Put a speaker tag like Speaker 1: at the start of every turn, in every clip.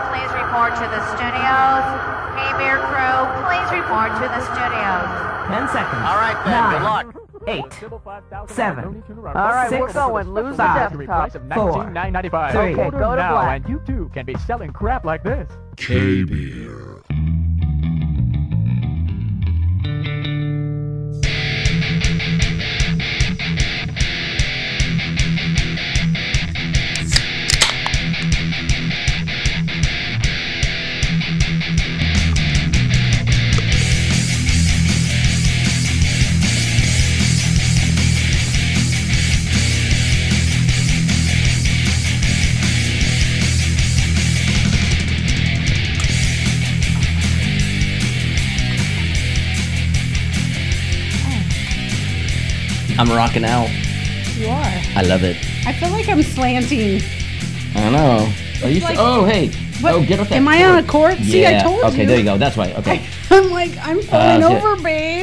Speaker 1: report to the studios. Mimir crew, please report to the studios.
Speaker 2: Ten seconds.
Speaker 3: All right then, good luck.
Speaker 2: Eight. Seven.
Speaker 4: All right,
Speaker 2: six,
Speaker 4: we're going. Lose the
Speaker 2: five,
Speaker 4: desktop.
Speaker 2: four, three.
Speaker 4: Okay, go to
Speaker 5: now,
Speaker 4: black.
Speaker 5: and you too can be selling crap like this.
Speaker 6: K Beer.
Speaker 7: I'm rocking out.
Speaker 8: You are.
Speaker 7: I love it.
Speaker 8: I feel like I'm slanting.
Speaker 7: I know. Are you?
Speaker 8: like-
Speaker 7: oh hey.
Speaker 8: What-
Speaker 7: oh, get off that.
Speaker 8: Am I on a court?
Speaker 7: Yeah.
Speaker 8: See, I told
Speaker 7: okay,
Speaker 8: you.
Speaker 7: there you go. That's right. Okay.
Speaker 8: I'm like, I'm falling
Speaker 7: Uh, okay.
Speaker 8: over,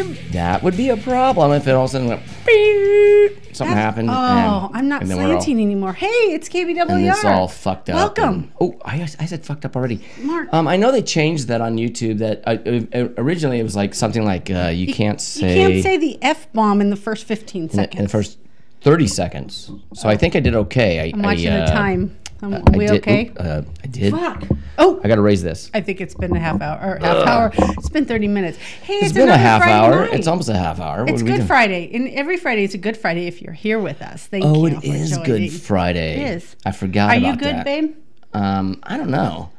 Speaker 8: babe.
Speaker 7: That would be a problem if it all of a sudden went beep, something
Speaker 8: That's-
Speaker 7: happened.
Speaker 8: Oh, I'm not
Speaker 7: and then we're all-
Speaker 8: slanting anymore. Hey, it's KBWR.
Speaker 7: and it's all fucked up.
Speaker 8: Welcome.
Speaker 7: and- oh, I, I said fucked up already.
Speaker 8: Mark.
Speaker 7: Um, I know they changed that on YouTube. That uh, uh, originally it was like something like uh, you, can't say
Speaker 8: You can't say the F bomb in the first 15
Speaker 7: in the-
Speaker 8: seconds.
Speaker 7: in the first thirty seconds. So I think I did okay. I,
Speaker 8: I'm watching
Speaker 7: I,
Speaker 8: the
Speaker 7: uh,
Speaker 8: time. Um,
Speaker 7: I
Speaker 8: are we
Speaker 7: did-
Speaker 8: okay?
Speaker 7: oop, uh, I did.
Speaker 8: Fuck. Oh,
Speaker 7: I got to raise this.
Speaker 8: I think it's been a half hour or half hour. It's been 30 minutes. Hey, it's,
Speaker 7: it's been a
Speaker 8: another
Speaker 7: half
Speaker 8: Friday
Speaker 7: hour.
Speaker 8: night.
Speaker 7: It's almost a half hour. What
Speaker 8: It's
Speaker 7: are we
Speaker 8: Good
Speaker 7: doing?
Speaker 8: Friday, and every Friday is a Good Friday if you're here with us. Thank
Speaker 7: Oh,
Speaker 8: you.
Speaker 7: it
Speaker 8: for
Speaker 7: is
Speaker 8: joining.
Speaker 7: Good Friday.
Speaker 8: It is.
Speaker 7: I forgot
Speaker 8: Are
Speaker 7: about
Speaker 8: you good,
Speaker 7: that.
Speaker 8: babe?
Speaker 7: Um, I don't know.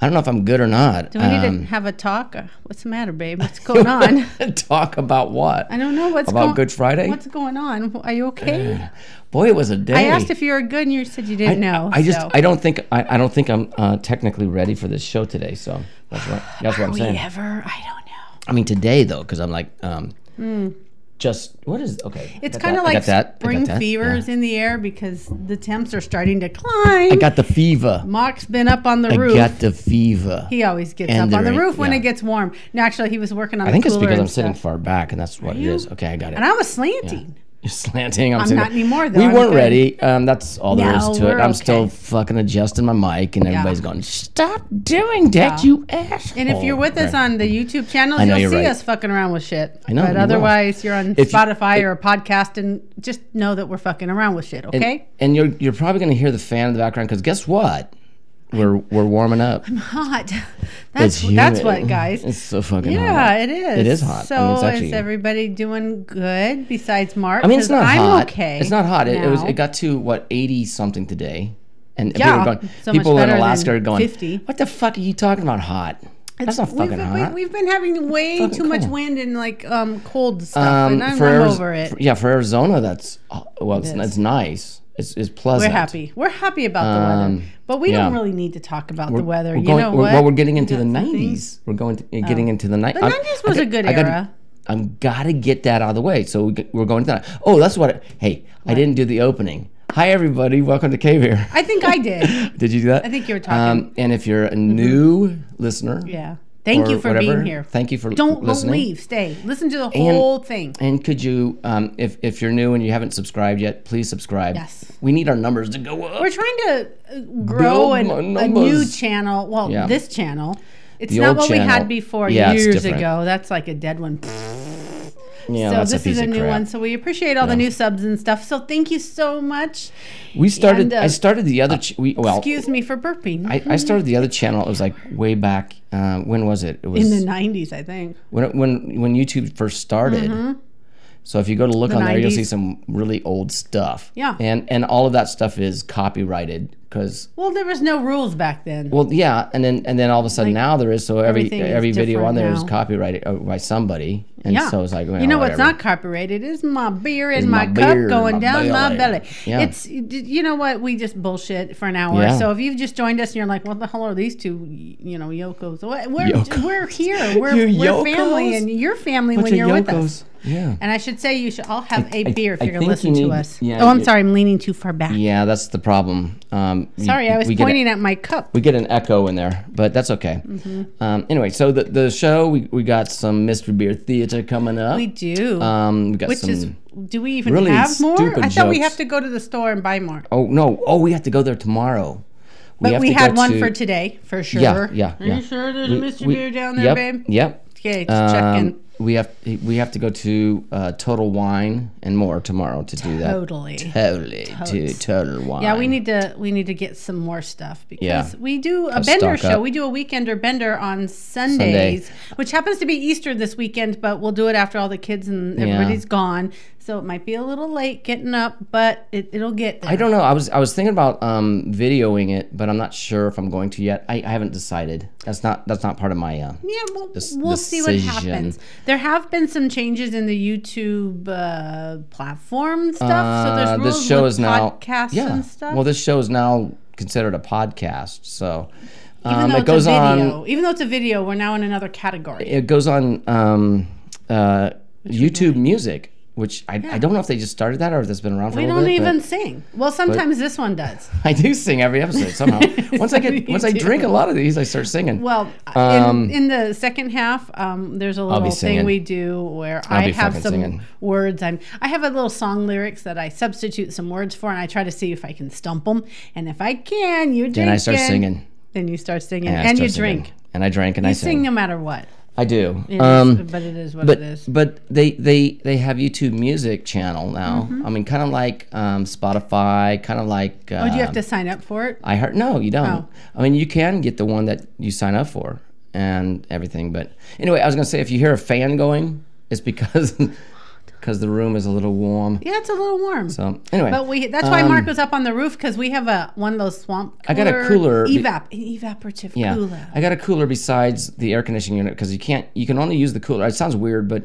Speaker 7: I don't know if I'm good or not.
Speaker 8: Do we need
Speaker 7: Um,
Speaker 8: to have a talk? Uh, What's the matter, babe? What's going on?
Speaker 7: talk about what?
Speaker 8: I don't know what's
Speaker 7: About
Speaker 8: going-
Speaker 7: Good Friday?
Speaker 8: What's going on? Are you okay?
Speaker 7: Boy, it was a day.
Speaker 8: I asked if you were good, and you said you
Speaker 7: I
Speaker 8: didn't know.
Speaker 7: I just
Speaker 8: so.
Speaker 7: I don't think I, I don't think I'm uh, technically ready for this show today. So that's what that's what
Speaker 8: Are
Speaker 7: I'm
Speaker 8: we
Speaker 7: saying.
Speaker 8: ever? I don't know.
Speaker 7: I mean today though, because I'm like um, just what is okay. I
Speaker 8: Hmm. It's
Speaker 7: got
Speaker 8: kind
Speaker 7: that,
Speaker 8: of
Speaker 7: I
Speaker 8: like
Speaker 7: got that, I got
Speaker 8: spring
Speaker 7: that,
Speaker 8: fever
Speaker 7: yeah.
Speaker 8: is in the air because the temps are starting to climb.
Speaker 7: I got the fever.
Speaker 8: Mark's been up on the
Speaker 7: I
Speaker 8: roof.
Speaker 7: got the fever.
Speaker 8: He always gets
Speaker 7: And
Speaker 8: up on
Speaker 7: there
Speaker 8: the
Speaker 7: ain't-
Speaker 8: roof when
Speaker 7: yeah.
Speaker 8: it gets warm. No, actually, he was working on.
Speaker 7: I think
Speaker 8: the
Speaker 7: it's
Speaker 8: cooler
Speaker 7: because
Speaker 8: and
Speaker 7: I'm sitting
Speaker 8: stuff.
Speaker 7: far back, and that's what it is. Okay, I got it.
Speaker 8: And I was slanting.
Speaker 7: You're slanting. I'm,
Speaker 8: I'm
Speaker 7: sitting-
Speaker 8: not anymore, though.
Speaker 7: We
Speaker 8: I'm
Speaker 7: weren't
Speaker 8: good.
Speaker 7: ready. Um, that's all there is
Speaker 8: No,
Speaker 7: to it.
Speaker 8: we're
Speaker 7: I'm
Speaker 8: okay.
Speaker 7: still fucking adjusting my mic, and everybody's going, "Stop doing that,
Speaker 8: Yeah.
Speaker 7: you asshole!"
Speaker 8: And if you're with us on the YouTube channels,
Speaker 7: Oh, I know, you're
Speaker 8: you'll see
Speaker 7: right.
Speaker 8: us fucking around with shit.
Speaker 7: I know,
Speaker 8: But
Speaker 7: we
Speaker 8: otherwise, you're on
Speaker 7: If you-
Speaker 8: Spotify or a podcast, and just know that we're fucking around with shit.
Speaker 7: and,
Speaker 8: Okay.
Speaker 7: and you're you're probably going to hear the fan in the background because guess what? We're we're warming up.
Speaker 8: hot. That's
Speaker 7: It's
Speaker 8: that's
Speaker 7: humid.
Speaker 8: what, guys.
Speaker 7: It's so fucking
Speaker 8: yeah,
Speaker 7: hot.
Speaker 8: it is.
Speaker 7: It is hot.
Speaker 8: So
Speaker 7: I mean, it's actually-
Speaker 8: is everybody doing good besides Mark?
Speaker 7: I mean, it's
Speaker 8: 'Cause
Speaker 7: not
Speaker 8: I'm
Speaker 7: hot.
Speaker 8: okay.
Speaker 7: It's not hot. It, it was.
Speaker 8: now.
Speaker 7: It got to what eighty something today, and
Speaker 8: Yeah,
Speaker 7: people, are going,
Speaker 8: so much
Speaker 7: people in
Speaker 8: better
Speaker 7: Alaska
Speaker 8: than
Speaker 7: are going.
Speaker 8: 50.
Speaker 7: What the fuck are you talking about? Hot? that's not fucking
Speaker 8: we've,
Speaker 7: hot.
Speaker 8: We, we've been having way
Speaker 7: Fucking
Speaker 8: too much
Speaker 7: cool.
Speaker 8: wind and like um cold stuff, and I'm,
Speaker 7: for
Speaker 8: I'm
Speaker 7: Ariz-
Speaker 8: over it.
Speaker 7: for- yeah, for Arizona, that's uh, well, it's,
Speaker 8: It
Speaker 7: it's nice. It's, it's pleasant.
Speaker 8: we're happy. We're happy about the weather,
Speaker 7: Um,
Speaker 8: but we
Speaker 7: yeah.
Speaker 8: don't really need to talk about
Speaker 7: We're-
Speaker 8: the weather.
Speaker 7: We're
Speaker 8: you
Speaker 7: going,
Speaker 8: know
Speaker 7: we're,
Speaker 8: what?
Speaker 7: Well, we're getting into
Speaker 8: Got
Speaker 7: the
Speaker 8: some
Speaker 7: nineties.
Speaker 8: things. Oh.
Speaker 7: We're going to, uh, getting into the night.
Speaker 8: The 90s was a good era.
Speaker 7: I'm gotta get that out of the way. So we g- we're going to that. Oh, that's what. I- hey, I didn't do the opening. Hi everybody, welcome to Cave Here.
Speaker 8: I think I did.
Speaker 7: Did you do that?
Speaker 8: I think you were talking. Mm-hmm.
Speaker 7: Um, and if you're a new listener,
Speaker 8: Yeah. Thank you
Speaker 7: or
Speaker 8: for
Speaker 7: whatever,
Speaker 8: being here.
Speaker 7: Thank you for
Speaker 8: Don't don't
Speaker 7: listening.
Speaker 8: leave. Stay. Listen to the whole thing.
Speaker 7: And could you, um, if if you're new and you haven't subscribed yet, please subscribe.
Speaker 8: Yes.
Speaker 7: We need our numbers to go up.
Speaker 8: We're trying to uh,
Speaker 7: Build
Speaker 8: grow an,
Speaker 7: my
Speaker 8: a new
Speaker 7: numbers.
Speaker 8: channel. Well,
Speaker 7: Yeah.
Speaker 8: this channel. It's
Speaker 7: The
Speaker 8: not
Speaker 7: old
Speaker 8: what we
Speaker 7: channel.
Speaker 8: had before
Speaker 7: Yeah, it's
Speaker 8: years
Speaker 7: different.
Speaker 8: ago. That's like a dead one.
Speaker 7: yeah,
Speaker 8: so
Speaker 7: that's
Speaker 8: this
Speaker 7: piece
Speaker 8: is a
Speaker 7: of
Speaker 8: new
Speaker 7: crap.
Speaker 8: one. So we appreciate all the new subs and stuff. So thank you so much.
Speaker 7: We started.
Speaker 8: and, uh,
Speaker 7: I started the other. Ch- we, well,
Speaker 8: Excuse me for burping.
Speaker 7: I, I started the other channel. It was like way back. Uh, when was it? It was
Speaker 8: in the 90s, I think.
Speaker 7: when it- when when YouTube first started.
Speaker 8: Mm-hmm.
Speaker 7: So if you go to look on there, you'll see
Speaker 8: 90s.
Speaker 7: some really old stuff.
Speaker 8: Yeah.
Speaker 7: And and all of that stuff is copyrighted because
Speaker 8: Well, there was no rules back then.
Speaker 7: well yeah, and then and then all of a sudden now there is so every
Speaker 8: everything is
Speaker 7: every video
Speaker 8: different
Speaker 7: on there is
Speaker 8: now.
Speaker 7: copyrighted uh, by somebody. And
Speaker 8: yeah.
Speaker 7: so it's like well,
Speaker 8: you know what's
Speaker 7: whatever.
Speaker 8: not copyrighted is my beer and
Speaker 7: my
Speaker 8: my, cup
Speaker 7: beer and
Speaker 8: going
Speaker 7: my
Speaker 8: down my
Speaker 7: belly.
Speaker 8: belly.
Speaker 7: Yeah.
Speaker 8: It's you know what we just bullshit for an hour.
Speaker 7: Yeah.
Speaker 8: So if you've just joined us and you're like, what the hell are these two? You know, yokos. What- We're
Speaker 7: Yokos.
Speaker 8: we're here. We're,
Speaker 7: You
Speaker 8: we're family
Speaker 7: yokos?
Speaker 8: and you're family
Speaker 7: Bunch
Speaker 8: when
Speaker 7: of
Speaker 8: you're with
Speaker 7: yokos.
Speaker 8: us.
Speaker 7: Yeah.
Speaker 8: And I should say you should all have a
Speaker 7: I-
Speaker 8: beer if
Speaker 7: I think
Speaker 8: you're gonna
Speaker 7: you
Speaker 8: listen
Speaker 7: need-
Speaker 8: to us.
Speaker 7: yeah,
Speaker 8: oh, I'm
Speaker 7: you-
Speaker 8: sorry, I'm leaning too far back.
Speaker 7: Yeah, that's the problem. Um, we-
Speaker 8: Sorry, I was
Speaker 7: we get a-
Speaker 8: pointing at my cup.
Speaker 7: we get an echo in there, but that's okay.
Speaker 8: Mm-hmm.
Speaker 7: Um, anyway, so the, the show we, we got some mystery beer theater coming up.
Speaker 8: We do.
Speaker 7: Um, we got
Speaker 8: Which
Speaker 7: some.
Speaker 8: is, do we even
Speaker 7: really
Speaker 8: have more?
Speaker 7: stupid
Speaker 8: I thought we
Speaker 7: jokes.
Speaker 8: have to go to the store and buy more.
Speaker 7: oh no! Oh, we have to go there tomorrow.
Speaker 8: But
Speaker 7: have
Speaker 8: we
Speaker 7: to
Speaker 8: had
Speaker 7: go
Speaker 8: one
Speaker 7: to-
Speaker 8: for today, for sure.
Speaker 7: yeah,
Speaker 8: Are
Speaker 7: yeah.
Speaker 8: you sure there's
Speaker 7: we-
Speaker 8: a mystery
Speaker 7: we-
Speaker 8: beer down there,
Speaker 7: yep,
Speaker 8: babe?
Speaker 7: Yep.
Speaker 8: Okay, just checking.
Speaker 7: Um, we have we have to go to uh, Total Wine and more tomorrow to do that.
Speaker 8: Totally.
Speaker 7: Totally to
Speaker 8: Totes.
Speaker 7: Total Wine.
Speaker 8: Yeah, we need to we need to get some more stuff because
Speaker 7: Yeah.
Speaker 8: we do a bender
Speaker 7: stock
Speaker 8: show.
Speaker 7: up.
Speaker 8: We do a weekender bender on Sundays, which happens to be Easter this weekend, but we'll do it after all the kids and everybody's gone. So it might be a little late getting up, but it, it'll get there.
Speaker 7: I don't know. I was I was thinking about um, videoing it, but I'm not sure if I'm going to yet. I, I haven't decided. That's not that's not part of my. Uh,
Speaker 8: Yeah, we'll,
Speaker 7: This-
Speaker 8: we'll see what
Speaker 7: decision.
Speaker 8: happens. There have been some changes in the YouTube uh, platform stuff. so
Speaker 7: Uh,
Speaker 8: there's rules
Speaker 7: this show
Speaker 8: with
Speaker 7: is now
Speaker 8: podcasts
Speaker 7: yeah.
Speaker 8: and stuff.
Speaker 7: Well, this show is now considered a podcast, so
Speaker 8: even
Speaker 7: um,
Speaker 8: though
Speaker 7: it
Speaker 8: it's
Speaker 7: goes
Speaker 8: a video,
Speaker 7: on.
Speaker 8: even though it's a video, we're now in another category.
Speaker 7: It goes on um, uh, YouTube Music, which I, I don't know if they just started that or if that's been around for
Speaker 8: we
Speaker 7: a
Speaker 8: don't
Speaker 7: little bit. but-
Speaker 8: even sing. Well, sometimes this one does.
Speaker 7: I do sing every episode somehow. once I get
Speaker 8: You
Speaker 7: once I
Speaker 8: do.
Speaker 7: drink a lot of these, I start singing.
Speaker 8: Well,
Speaker 7: Um,
Speaker 8: in, in the second half, um, there's a little
Speaker 7: singing.
Speaker 8: thing we do where
Speaker 7: I'll
Speaker 8: i
Speaker 7: be
Speaker 8: have
Speaker 7: fucking
Speaker 8: some
Speaker 7: singing.
Speaker 8: words. I'm I have a little song lyrics that I substitute some words for, and I try to see if I can stump them. And if I can, you drink.
Speaker 7: then I start singing.
Speaker 8: Then you start singing,
Speaker 7: I
Speaker 8: and,
Speaker 7: start
Speaker 8: you
Speaker 7: singing.
Speaker 8: drink.
Speaker 7: And I drink and I
Speaker 8: You sing
Speaker 7: sing.
Speaker 8: no matter what.
Speaker 7: I do.
Speaker 8: It is-
Speaker 7: Um,
Speaker 8: but it is what
Speaker 7: but
Speaker 8: it is.
Speaker 7: but they they they have YouTube Music channel now.
Speaker 8: Mm-hmm.
Speaker 7: I mean, kind of like um, Spotify, kind of like. Uh,
Speaker 8: Oh, do you have to sign up for it?
Speaker 7: I heard no, you don't.
Speaker 8: Oh.
Speaker 7: I mean, you can get the one that you sign up for and everything. But anyway, I was gonna say if you hear a fan going, it's because because the room is a little warm.
Speaker 8: Yeah, it's a little warm.
Speaker 7: So anyway,
Speaker 8: but we that's why
Speaker 7: um,
Speaker 8: Mark was up on the roof because we have a one of those swamp.
Speaker 7: I got a cooler be-
Speaker 8: evap an evaporative
Speaker 7: Yeah,
Speaker 8: cooler.
Speaker 7: I got a cooler besides the air conditioning unit because you can't. You can only use the cooler. It sounds weird, but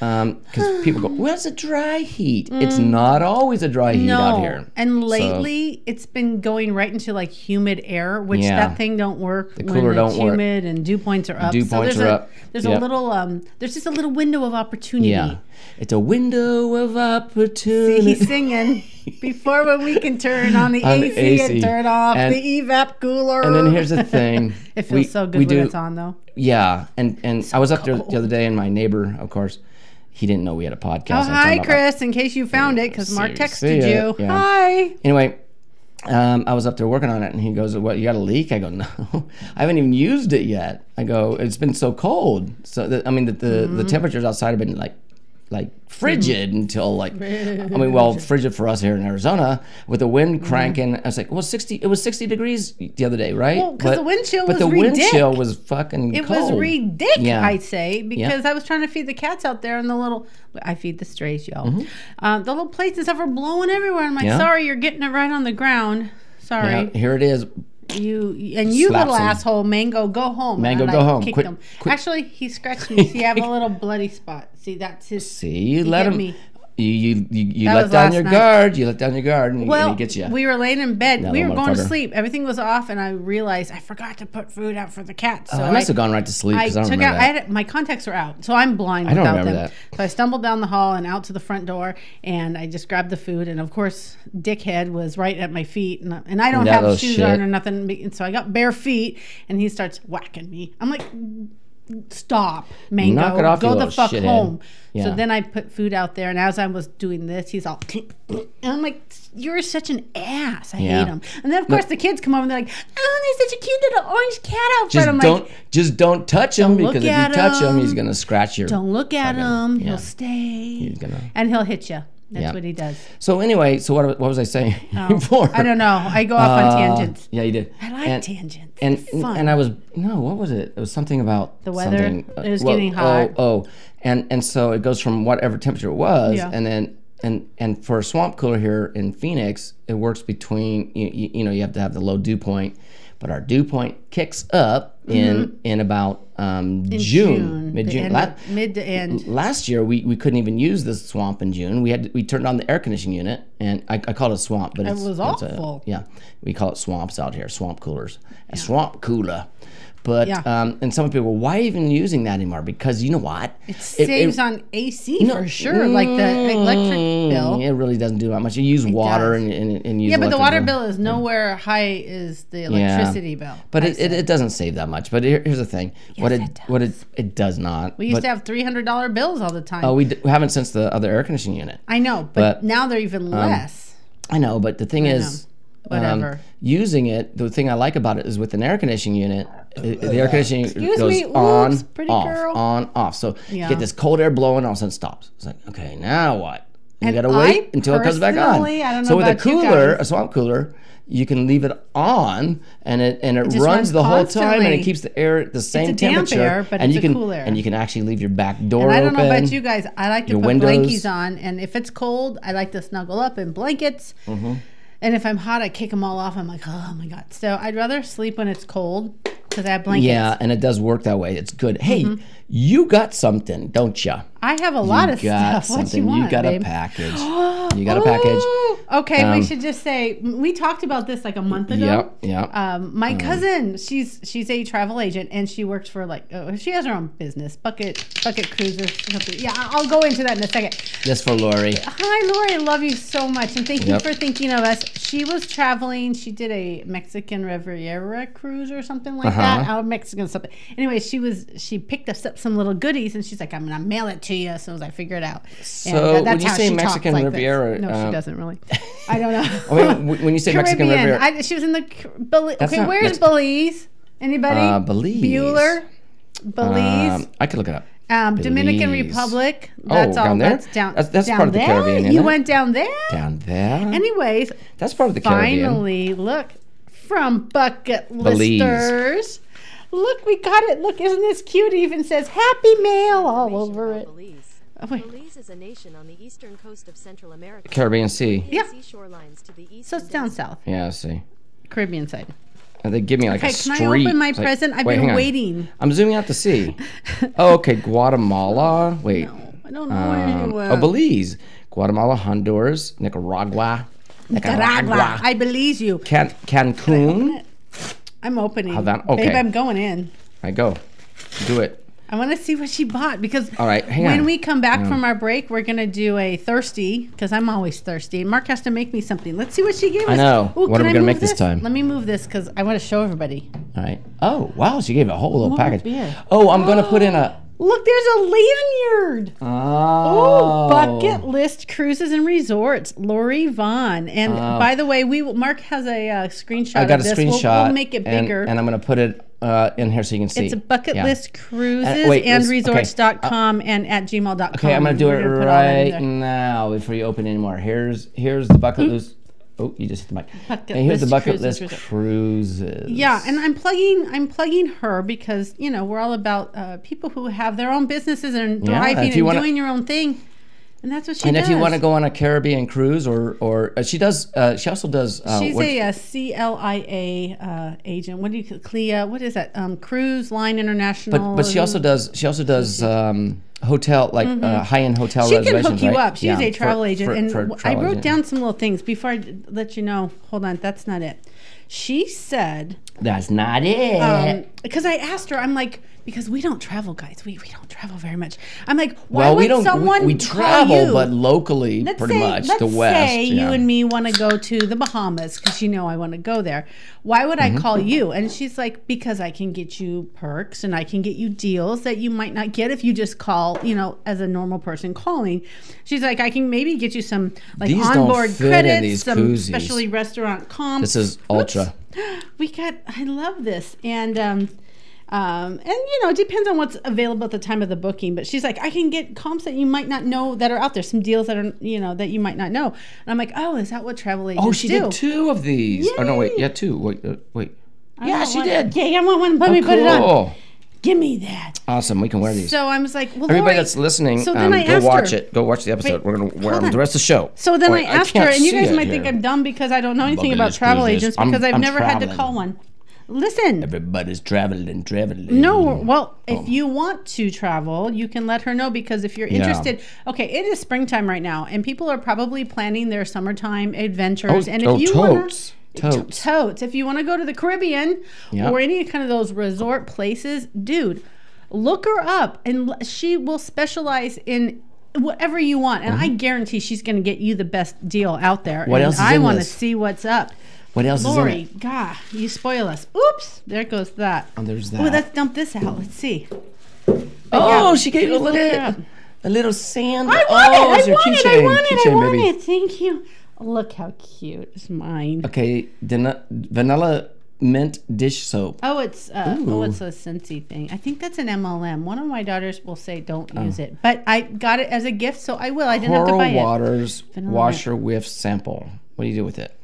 Speaker 7: because people go, "Well, it's a dry heat." It's not always a dry heat out here.
Speaker 8: Mm. And
Speaker 7: So,
Speaker 8: lately, it's been going right into like humid air, which
Speaker 7: Yeah.
Speaker 8: that thing don't work. The
Speaker 7: cooler
Speaker 8: when
Speaker 7: don't
Speaker 8: it's
Speaker 7: work.
Speaker 8: humid and dew points are up.
Speaker 7: dew points
Speaker 8: there's
Speaker 7: are
Speaker 8: a,
Speaker 7: up.
Speaker 8: There's
Speaker 7: Yep.
Speaker 8: a little um. There's just a little window of opportunity.
Speaker 7: yeah, it's a window of opportunity.
Speaker 8: He's singing before when we can turn on the
Speaker 7: On the
Speaker 8: AC,
Speaker 7: AC.
Speaker 8: and turn off
Speaker 7: And-
Speaker 8: the evap cooler.
Speaker 7: and then here's the thing.
Speaker 8: It feels
Speaker 7: we-
Speaker 8: so good
Speaker 7: we
Speaker 8: when
Speaker 7: do- Oh,
Speaker 8: it's on, though. Oh,
Speaker 7: Yeah, and and I was up there the other day, and my neighbor, of course, he didn't know we had a podcast.
Speaker 8: Oh,
Speaker 7: I told him
Speaker 8: hi,
Speaker 7: about-
Speaker 8: Chris. In case you found it, because Mark
Speaker 7: see- see
Speaker 8: texted you.
Speaker 7: it, yeah.
Speaker 8: Hi.
Speaker 7: Anyway, um, I was up there working on it, and he goes, "What? You got a leak?" I go, "No, I haven't even used it yet." I go, "It's been so cold. So the, I mean, the the, the
Speaker 8: Mm-hmm.
Speaker 7: temperatures outside have been like." Like frigid until like, I mean, well, frigid for us here in Arizona with the wind
Speaker 8: Mm-hmm.
Speaker 7: cranking. I was like, well, sixty. It was sixty degrees the other day, right?
Speaker 8: Well, 'cause the
Speaker 7: But-
Speaker 8: wind chill
Speaker 7: But
Speaker 8: was
Speaker 7: the wind
Speaker 8: ridic.
Speaker 7: chill was fucking.
Speaker 8: It
Speaker 7: cold.
Speaker 8: was ridiculous,
Speaker 7: Yeah.
Speaker 8: I say, because I was trying to feed the cats out there, and the little I feed the strays, y'all. Uh, the little plates and stuff are blowing everywhere. I'm like,
Speaker 7: Mm-hmm. Yeah.
Speaker 8: sorry, you're getting it right on the
Speaker 7: Yeah,
Speaker 8: ground. Sorry,
Speaker 7: here it is.
Speaker 8: you and you
Speaker 7: Slaps
Speaker 8: little
Speaker 7: him.
Speaker 8: asshole, Mango, go home.
Speaker 7: Mango,
Speaker 8: And I,
Speaker 7: go home.
Speaker 8: kicked
Speaker 7: Quick-
Speaker 8: him.
Speaker 7: quick.
Speaker 8: Actually, he scratched me. See, I have a little bloody spot. See, that's his.
Speaker 7: See, you let
Speaker 8: hit
Speaker 7: him.
Speaker 8: me.
Speaker 7: You you you, you
Speaker 8: That
Speaker 7: let
Speaker 8: was
Speaker 7: down
Speaker 8: last
Speaker 7: your
Speaker 8: night.
Speaker 7: guard. You let down your guard, and, he-
Speaker 8: Well,
Speaker 7: and he gets you.
Speaker 8: we were laying in bed. we
Speaker 7: little
Speaker 8: were going to
Speaker 7: motherfucker.
Speaker 8: sleep. Everything was off, and I realized I forgot to put food out for the cats. So
Speaker 7: I must have gone right to sleep
Speaker 8: I
Speaker 7: because I,
Speaker 8: took
Speaker 7: don't
Speaker 8: out.
Speaker 7: remember
Speaker 8: I
Speaker 7: that.
Speaker 8: had my contacts were out, so I'm blind
Speaker 7: I don't
Speaker 8: without
Speaker 7: remember
Speaker 8: them.
Speaker 7: that.
Speaker 8: So I stumbled down the hall and out to the front door, and I just grabbed the food, and of course, Dickhead was right at my feet, and I, and I don't
Speaker 7: That little
Speaker 8: have shoes
Speaker 7: shit.
Speaker 8: on or nothing, and so I got bare feet, and he starts whacking me. I'm like. Stop, Mango.
Speaker 7: Knock it off, you
Speaker 8: Go the
Speaker 7: little
Speaker 8: fuck
Speaker 7: shithead."
Speaker 8: home.
Speaker 7: Yeah.
Speaker 8: So then I put food out there, and as I was doing this, he's all, and I'm like, "You're such an ass. I
Speaker 7: Yeah.
Speaker 8: hate him." And then of course the kids come over, and they're like, "Oh, there's such a cute little orange cat out
Speaker 7: just
Speaker 8: front." I'm
Speaker 7: don't
Speaker 8: like,
Speaker 7: just don't touch him because if you
Speaker 8: look at
Speaker 7: touch him, he's
Speaker 8: him.
Speaker 7: gonna scratch your.
Speaker 8: Don't look at him.
Speaker 7: yeah.
Speaker 8: He'll stay.
Speaker 7: He's gonna.
Speaker 8: and he'll hit you. That's
Speaker 7: Yeah.
Speaker 8: what he does.
Speaker 7: So anyway, so what, what was I saying before?
Speaker 8: Oh, I don't know. I go off
Speaker 7: Uh,
Speaker 8: on tangents.
Speaker 7: Yeah, you did.
Speaker 8: I like
Speaker 7: and,
Speaker 8: tangents.
Speaker 7: And
Speaker 8: They're fun.
Speaker 7: and I was no, what was it? It was something about the
Speaker 8: weather? It was getting hot.
Speaker 7: Oh, oh, and and so it goes from whatever temperature it was,
Speaker 8: Yeah.
Speaker 7: and then and and for a swamp cooler here in Phoenix, it works between you, you, you know you have to have the low dew point, but our dew point kicks up in in about um, June, mid
Speaker 8: Mm-hmm. The
Speaker 7: June.
Speaker 8: end of- mid to end.
Speaker 7: Last year we, we couldn't even use this swamp in June. We had we turned on the air conditioning unit, and I, I call it a swamp, but it's, it's
Speaker 8: was
Speaker 7: a-
Speaker 8: awful.
Speaker 7: yeah, we call it swamps out here, swamp coolers, a swamp cooler. But
Speaker 8: Yeah.
Speaker 7: um, and some people, why even using that anymore? Because you know what? It, mm,
Speaker 8: Saves on AC for sure, like the electric bill.
Speaker 7: It really doesn't do that much. You use water
Speaker 8: does.
Speaker 7: and, and and use
Speaker 8: yeah, but the
Speaker 7: electric
Speaker 8: water bill is nowhere high as the electricity bill.
Speaker 7: But
Speaker 8: I
Speaker 7: it, it,
Speaker 8: said.
Speaker 7: it doesn't save that much. But here, here's the thing: what it,
Speaker 8: it
Speaker 7: what it it does not.
Speaker 8: we used to have three hundred dollar bills all the time.
Speaker 7: Oh, we, d- we haven't since the other air conditioning unit.
Speaker 8: I know, but,
Speaker 7: but, um,
Speaker 8: now they're even less.
Speaker 7: I know, but the thing is, um,
Speaker 8: Whatever.
Speaker 7: using it, the thing I like about it is with an air conditioning unit, it- the air conditioning
Speaker 8: Excuse
Speaker 7: goes
Speaker 8: me,
Speaker 7: on,
Speaker 8: oops, pretty
Speaker 7: off,
Speaker 8: girl.
Speaker 7: on, off. So you
Speaker 8: Yeah.
Speaker 7: get this cold air blowing, all of a sudden it stops. It's like, okay, now what? And you
Speaker 8: And
Speaker 7: gotta wait
Speaker 8: I
Speaker 7: until it comes back on.
Speaker 8: personally- I don't know
Speaker 7: so with a
Speaker 8: about you
Speaker 7: cooler,
Speaker 8: guys.
Speaker 7: a swamp cooler, you can leave it on, and it and it,
Speaker 8: just
Speaker 7: runs
Speaker 8: runs
Speaker 7: the whole time, and it
Speaker 8: constantly.
Speaker 7: keeps the air at the same
Speaker 8: a damp
Speaker 7: temperature.
Speaker 8: air, but
Speaker 7: and
Speaker 8: it's
Speaker 7: you
Speaker 8: a
Speaker 7: can
Speaker 8: cool air.
Speaker 7: and you can actually leave your back door
Speaker 8: And I don't
Speaker 7: open.
Speaker 8: know about you guys. I like to
Speaker 7: your
Speaker 8: put
Speaker 7: windows.
Speaker 8: blankies on, and if it's cold, I like to snuggle up in blankets.
Speaker 7: Mm-hmm.
Speaker 8: And if I'm hot, I kick them all off. I'm like, oh my god. So I'd rather sleep when it's cold because I have blankets.
Speaker 7: Yeah, and it does work that way. It's good. Hey,
Speaker 8: Mm-hmm.
Speaker 7: you got something, don't ya?
Speaker 8: I have a lot
Speaker 7: you?
Speaker 8: of
Speaker 7: got
Speaker 8: stuff. What
Speaker 7: something.
Speaker 8: you want,
Speaker 7: got
Speaker 8: babe?
Speaker 7: a package. you got a package.
Speaker 8: Ooh. Okay,
Speaker 7: Um,
Speaker 8: we should just say we talked about this like a month ago.
Speaker 7: Yep, yep.
Speaker 8: Um, my cousin, she's she's a travel agent, and she works for like oh, she has her own business, bucket bucket cruises. or Something. Yeah, I- I'll go into that in a second.
Speaker 7: Just for Lori.
Speaker 8: Hi, Lori. I love you so much. And thank
Speaker 7: Yep.
Speaker 8: you for thinking of us. She was traveling. She did a Mexican Riviera cruise or something like
Speaker 7: Uh-huh.
Speaker 8: that. Out of Mexican something. Anyway, she was she picked us up some little goodies and she's like, I'm gonna mail it to you as soon as I figure it out.
Speaker 7: So,
Speaker 8: and uh,
Speaker 7: when
Speaker 8: that's
Speaker 7: you
Speaker 8: how
Speaker 7: say
Speaker 8: she talks
Speaker 7: Mexican
Speaker 8: like this.
Speaker 7: Riviera,
Speaker 8: No,
Speaker 7: uh,
Speaker 8: she doesn't really. I don't know.
Speaker 7: I mean, w- when you say Mexican
Speaker 8: Caribbean.
Speaker 7: Riviera-
Speaker 8: I, she was in the Car- Belize.
Speaker 7: That's
Speaker 8: Okay,
Speaker 7: not
Speaker 8: where's
Speaker 7: Mexican.
Speaker 8: Belize? Anybody?
Speaker 7: Uh, Belize.
Speaker 8: Bueller? Belize.
Speaker 7: Um, I could look it up.
Speaker 8: Um, Dominican
Speaker 7: Belize.
Speaker 8: Republic. That's
Speaker 7: Oh, down
Speaker 8: all.
Speaker 7: there?
Speaker 8: That's down.
Speaker 7: That's- that's
Speaker 8: down
Speaker 7: part of the
Speaker 8: there?
Speaker 7: Caribbean, isn't
Speaker 8: You
Speaker 7: it?
Speaker 8: went down there.
Speaker 7: Down there.
Speaker 8: Anyways,
Speaker 7: That's part of the Caribbean.
Speaker 8: Uh, finally, look from bucket
Speaker 7: Belize.
Speaker 8: listers. Look, we got it. Look, isn't this cute? It even says "Happy Mail" all
Speaker 3: information
Speaker 8: over
Speaker 3: about
Speaker 8: it.
Speaker 3: Belize.
Speaker 8: Oh, wait.
Speaker 3: Belize is a nation on the eastern coast of Central America.
Speaker 7: Caribbean Sea.
Speaker 8: Yeah.
Speaker 3: Seashore lines to the east.
Speaker 8: So
Speaker 3: and
Speaker 8: it's down
Speaker 3: west.
Speaker 8: south,
Speaker 7: Yeah, I see.
Speaker 8: Caribbean side.
Speaker 7: And they give me like
Speaker 8: Okay,
Speaker 7: a
Speaker 8: can
Speaker 7: street.
Speaker 8: I open my
Speaker 7: It's like-
Speaker 8: present? I've
Speaker 7: wait, hang
Speaker 8: been
Speaker 7: on.
Speaker 8: waiting.
Speaker 7: I'm zooming out to see. oh, okay, Guatemala. Wait.
Speaker 8: No, I don't know
Speaker 7: Um,
Speaker 8: where you uh,
Speaker 7: oh, Belize, Guatemala, Honduras, Nicaragua,
Speaker 8: Nicaragua. I believe you.
Speaker 7: Can- Cancun.
Speaker 8: I'm opening.
Speaker 7: Havana. Okay.
Speaker 8: Babe, I'm going in.
Speaker 7: I go, do it.
Speaker 8: I want to see what she bought because
Speaker 7: All right, hang
Speaker 8: when
Speaker 7: on.
Speaker 8: we come back from our break, we're gonna do a thirsty because I'm always thirsty. Mark has to make me something. Let's see what she gave
Speaker 7: I
Speaker 8: us.
Speaker 7: know.
Speaker 8: Ooh,
Speaker 7: What
Speaker 8: can
Speaker 7: are we
Speaker 8: I
Speaker 7: gonna
Speaker 8: move
Speaker 7: make this time?
Speaker 8: Let me move this because I want to show everybody.
Speaker 7: All right. Oh wow, she gave a whole little
Speaker 8: More
Speaker 7: package.
Speaker 8: beer.
Speaker 7: Oh, I'm gonna put in a.
Speaker 8: Look, there's a lanyard.
Speaker 7: Oh.
Speaker 8: Oh, bucket list cruises and resorts. Lori Vaughn. And by the way, we will, Mark has a uh, screenshot.
Speaker 7: Oh. I got
Speaker 8: of
Speaker 7: a
Speaker 8: this. We'll-
Speaker 7: screenshot.
Speaker 8: We'll, make it
Speaker 7: and-
Speaker 8: bigger.
Speaker 7: and, I'm gonna put it uh, in here so you can see.
Speaker 8: it's a bucket
Speaker 7: Yeah. Uh,
Speaker 8: list cruises
Speaker 7: wait,
Speaker 8: and
Speaker 7: this- okay.
Speaker 8: resorts.com and at gmail.com.
Speaker 7: Okay, I'm gonna do it
Speaker 8: We're put all in
Speaker 7: right
Speaker 8: there.
Speaker 7: now before you open anymore. Here's here's the bucket list. Oh, you just hit the mic.
Speaker 8: Bucket
Speaker 7: and here's the
Speaker 8: list
Speaker 7: bucket list
Speaker 8: cruises, resort.
Speaker 7: cruises.
Speaker 8: Yeah, and I'm plugging I'm plugging her because you know we're all about uh, people who have their own businesses and
Speaker 7: Yeah,
Speaker 8: driving
Speaker 7: if
Speaker 8: and
Speaker 7: you wanna-
Speaker 8: doing your own thing, and that's what she
Speaker 7: and
Speaker 8: does.
Speaker 7: if you want to go on a Caribbean cruise or or uh, she does, uh, she also does. Uh,
Speaker 8: she's
Speaker 7: what-
Speaker 8: a, uh CLIA uh, agent. What do you CLIA? What is that? Um, Cruise Line International.
Speaker 7: but but she
Speaker 8: Oh,
Speaker 7: also does she also does um, hotel like uh, high end hotel.
Speaker 8: Mm-hmm. She can
Speaker 7: reservations,
Speaker 8: hook you
Speaker 7: right?
Speaker 8: up. She's
Speaker 7: Yeah,
Speaker 8: a
Speaker 7: for-
Speaker 8: travel agent,
Speaker 7: for-
Speaker 8: and
Speaker 7: for
Speaker 8: I
Speaker 7: travel
Speaker 8: wrote
Speaker 7: agent.
Speaker 8: down some little things before I d- let you know. Hold on, that's not it. She said
Speaker 7: That's not it.
Speaker 8: Uh, Um, because I asked her, I'm like, because we don't travel, guys. We, we don't travel very much. I'm like, why
Speaker 7: well,
Speaker 8: would
Speaker 7: we don't.
Speaker 8: someone
Speaker 7: we, we
Speaker 8: call
Speaker 7: travel,
Speaker 8: you?
Speaker 7: but locally,
Speaker 8: Let's
Speaker 7: pretty
Speaker 8: say,
Speaker 7: much
Speaker 8: let's
Speaker 7: the West.
Speaker 8: say
Speaker 7: yeah.
Speaker 8: you and me want to go to the Bahamas because you know I want to go there. Why would
Speaker 7: Mm-hmm.
Speaker 8: I call you? And she's like, because I can get you perks and I can get you deals that you might not get if you just call, you know, as a normal person calling. She's like, I can maybe get you some like
Speaker 7: These don't
Speaker 8: onboard
Speaker 7: fit in
Speaker 8: credits,
Speaker 7: these
Speaker 8: some
Speaker 7: koozies.
Speaker 8: specialty restaurant comps.
Speaker 7: This is
Speaker 8: Oops.
Speaker 7: ultra.
Speaker 8: We got. I love this, and um, um, and you know, it depends on what's available at the time of the booking. But she's like, I can get comps that you might not know that are out there. Some deals that are you know that you might not know. And I'm like, oh, is that what travel agents
Speaker 7: Oh, she
Speaker 8: do?
Speaker 7: did two of these. Oh no, wait,
Speaker 8: Yay.
Speaker 7: yeah, two. Wait, uh, wait.
Speaker 8: I
Speaker 7: yeah,
Speaker 8: want
Speaker 7: she
Speaker 8: one.
Speaker 7: did. Oh,
Speaker 8: Yeah, yeah, I want one. Let me put it on.
Speaker 7: Cool.
Speaker 8: Give me that.
Speaker 7: Awesome. We can wear these.
Speaker 8: So I was like, well,
Speaker 7: Everybody
Speaker 8: Lori-
Speaker 7: that's listening,
Speaker 8: So
Speaker 7: um,
Speaker 8: then I
Speaker 7: go
Speaker 8: asked
Speaker 7: watch
Speaker 8: her-
Speaker 7: it. Go watch the episode.
Speaker 8: Wait,
Speaker 7: We're gonna wear
Speaker 8: hold
Speaker 7: them the
Speaker 8: on.
Speaker 7: rest of the show.
Speaker 8: So then
Speaker 7: Wait,
Speaker 8: I asked her,
Speaker 7: can't
Speaker 8: and you
Speaker 7: see
Speaker 8: guys
Speaker 7: it
Speaker 8: might think
Speaker 7: here.
Speaker 8: I'm dumb because I don't know anything
Speaker 7: Bucket
Speaker 8: about
Speaker 7: list
Speaker 8: travel
Speaker 7: cruises.
Speaker 8: agents
Speaker 7: I'm-
Speaker 8: because i have
Speaker 7: I'm
Speaker 8: never had to
Speaker 7: traveling.
Speaker 8: call one. Listen,
Speaker 7: Everybody's traveling, traveling.
Speaker 8: No, well,
Speaker 7: Oh.
Speaker 8: if you want to travel, you can let her know because if you're interested, okay, it is springtime right now, and people are probably planning their summertime adventures.
Speaker 7: Oh,
Speaker 8: and if
Speaker 7: oh,
Speaker 8: you
Speaker 7: totes.
Speaker 8: wanna,
Speaker 7: Totes.
Speaker 8: totes, totes, if you want to go to the Caribbean
Speaker 7: Yeah.
Speaker 8: or any kind of those resort places, dude, look her up, and l- she will specialize in. Whatever you want, and I guarantee she's going to get you the best deal out there.
Speaker 7: Mm-hmm. What
Speaker 8: and
Speaker 7: else is
Speaker 8: I
Speaker 7: in
Speaker 8: wanna
Speaker 7: this?
Speaker 8: see what's up.
Speaker 7: What else is in
Speaker 8: Lori,
Speaker 7: it?
Speaker 8: God, you spoil us. Oops, there goes that.
Speaker 7: Oh, there's
Speaker 8: Oh,
Speaker 7: that.
Speaker 8: let's dump this out. Let's see.
Speaker 7: Oh,
Speaker 8: yeah,
Speaker 7: she gave a
Speaker 8: look it
Speaker 7: little,
Speaker 8: up.
Speaker 7: a little sand.
Speaker 8: I want
Speaker 7: oh,
Speaker 8: it.
Speaker 7: it's
Speaker 8: I
Speaker 7: your
Speaker 8: want it.
Speaker 7: keychain.
Speaker 8: I want it. I
Speaker 7: Keychain,
Speaker 8: want
Speaker 7: baby.
Speaker 8: it. Thank you. Look how cute is mine.
Speaker 7: Okay, dena- vanilla mint dish soap.
Speaker 8: Oh, it's uh, oh,
Speaker 7: Ooh.
Speaker 8: it's a Scentsy thing. I think that's an MLM. One of my daughters will say, "Don't use it," but I got it as a gift, so I will. I didn't have to
Speaker 7: Coral
Speaker 8: buy it.
Speaker 7: Waters
Speaker 8: Vanilla
Speaker 7: washer whiff sample. What do you do with it?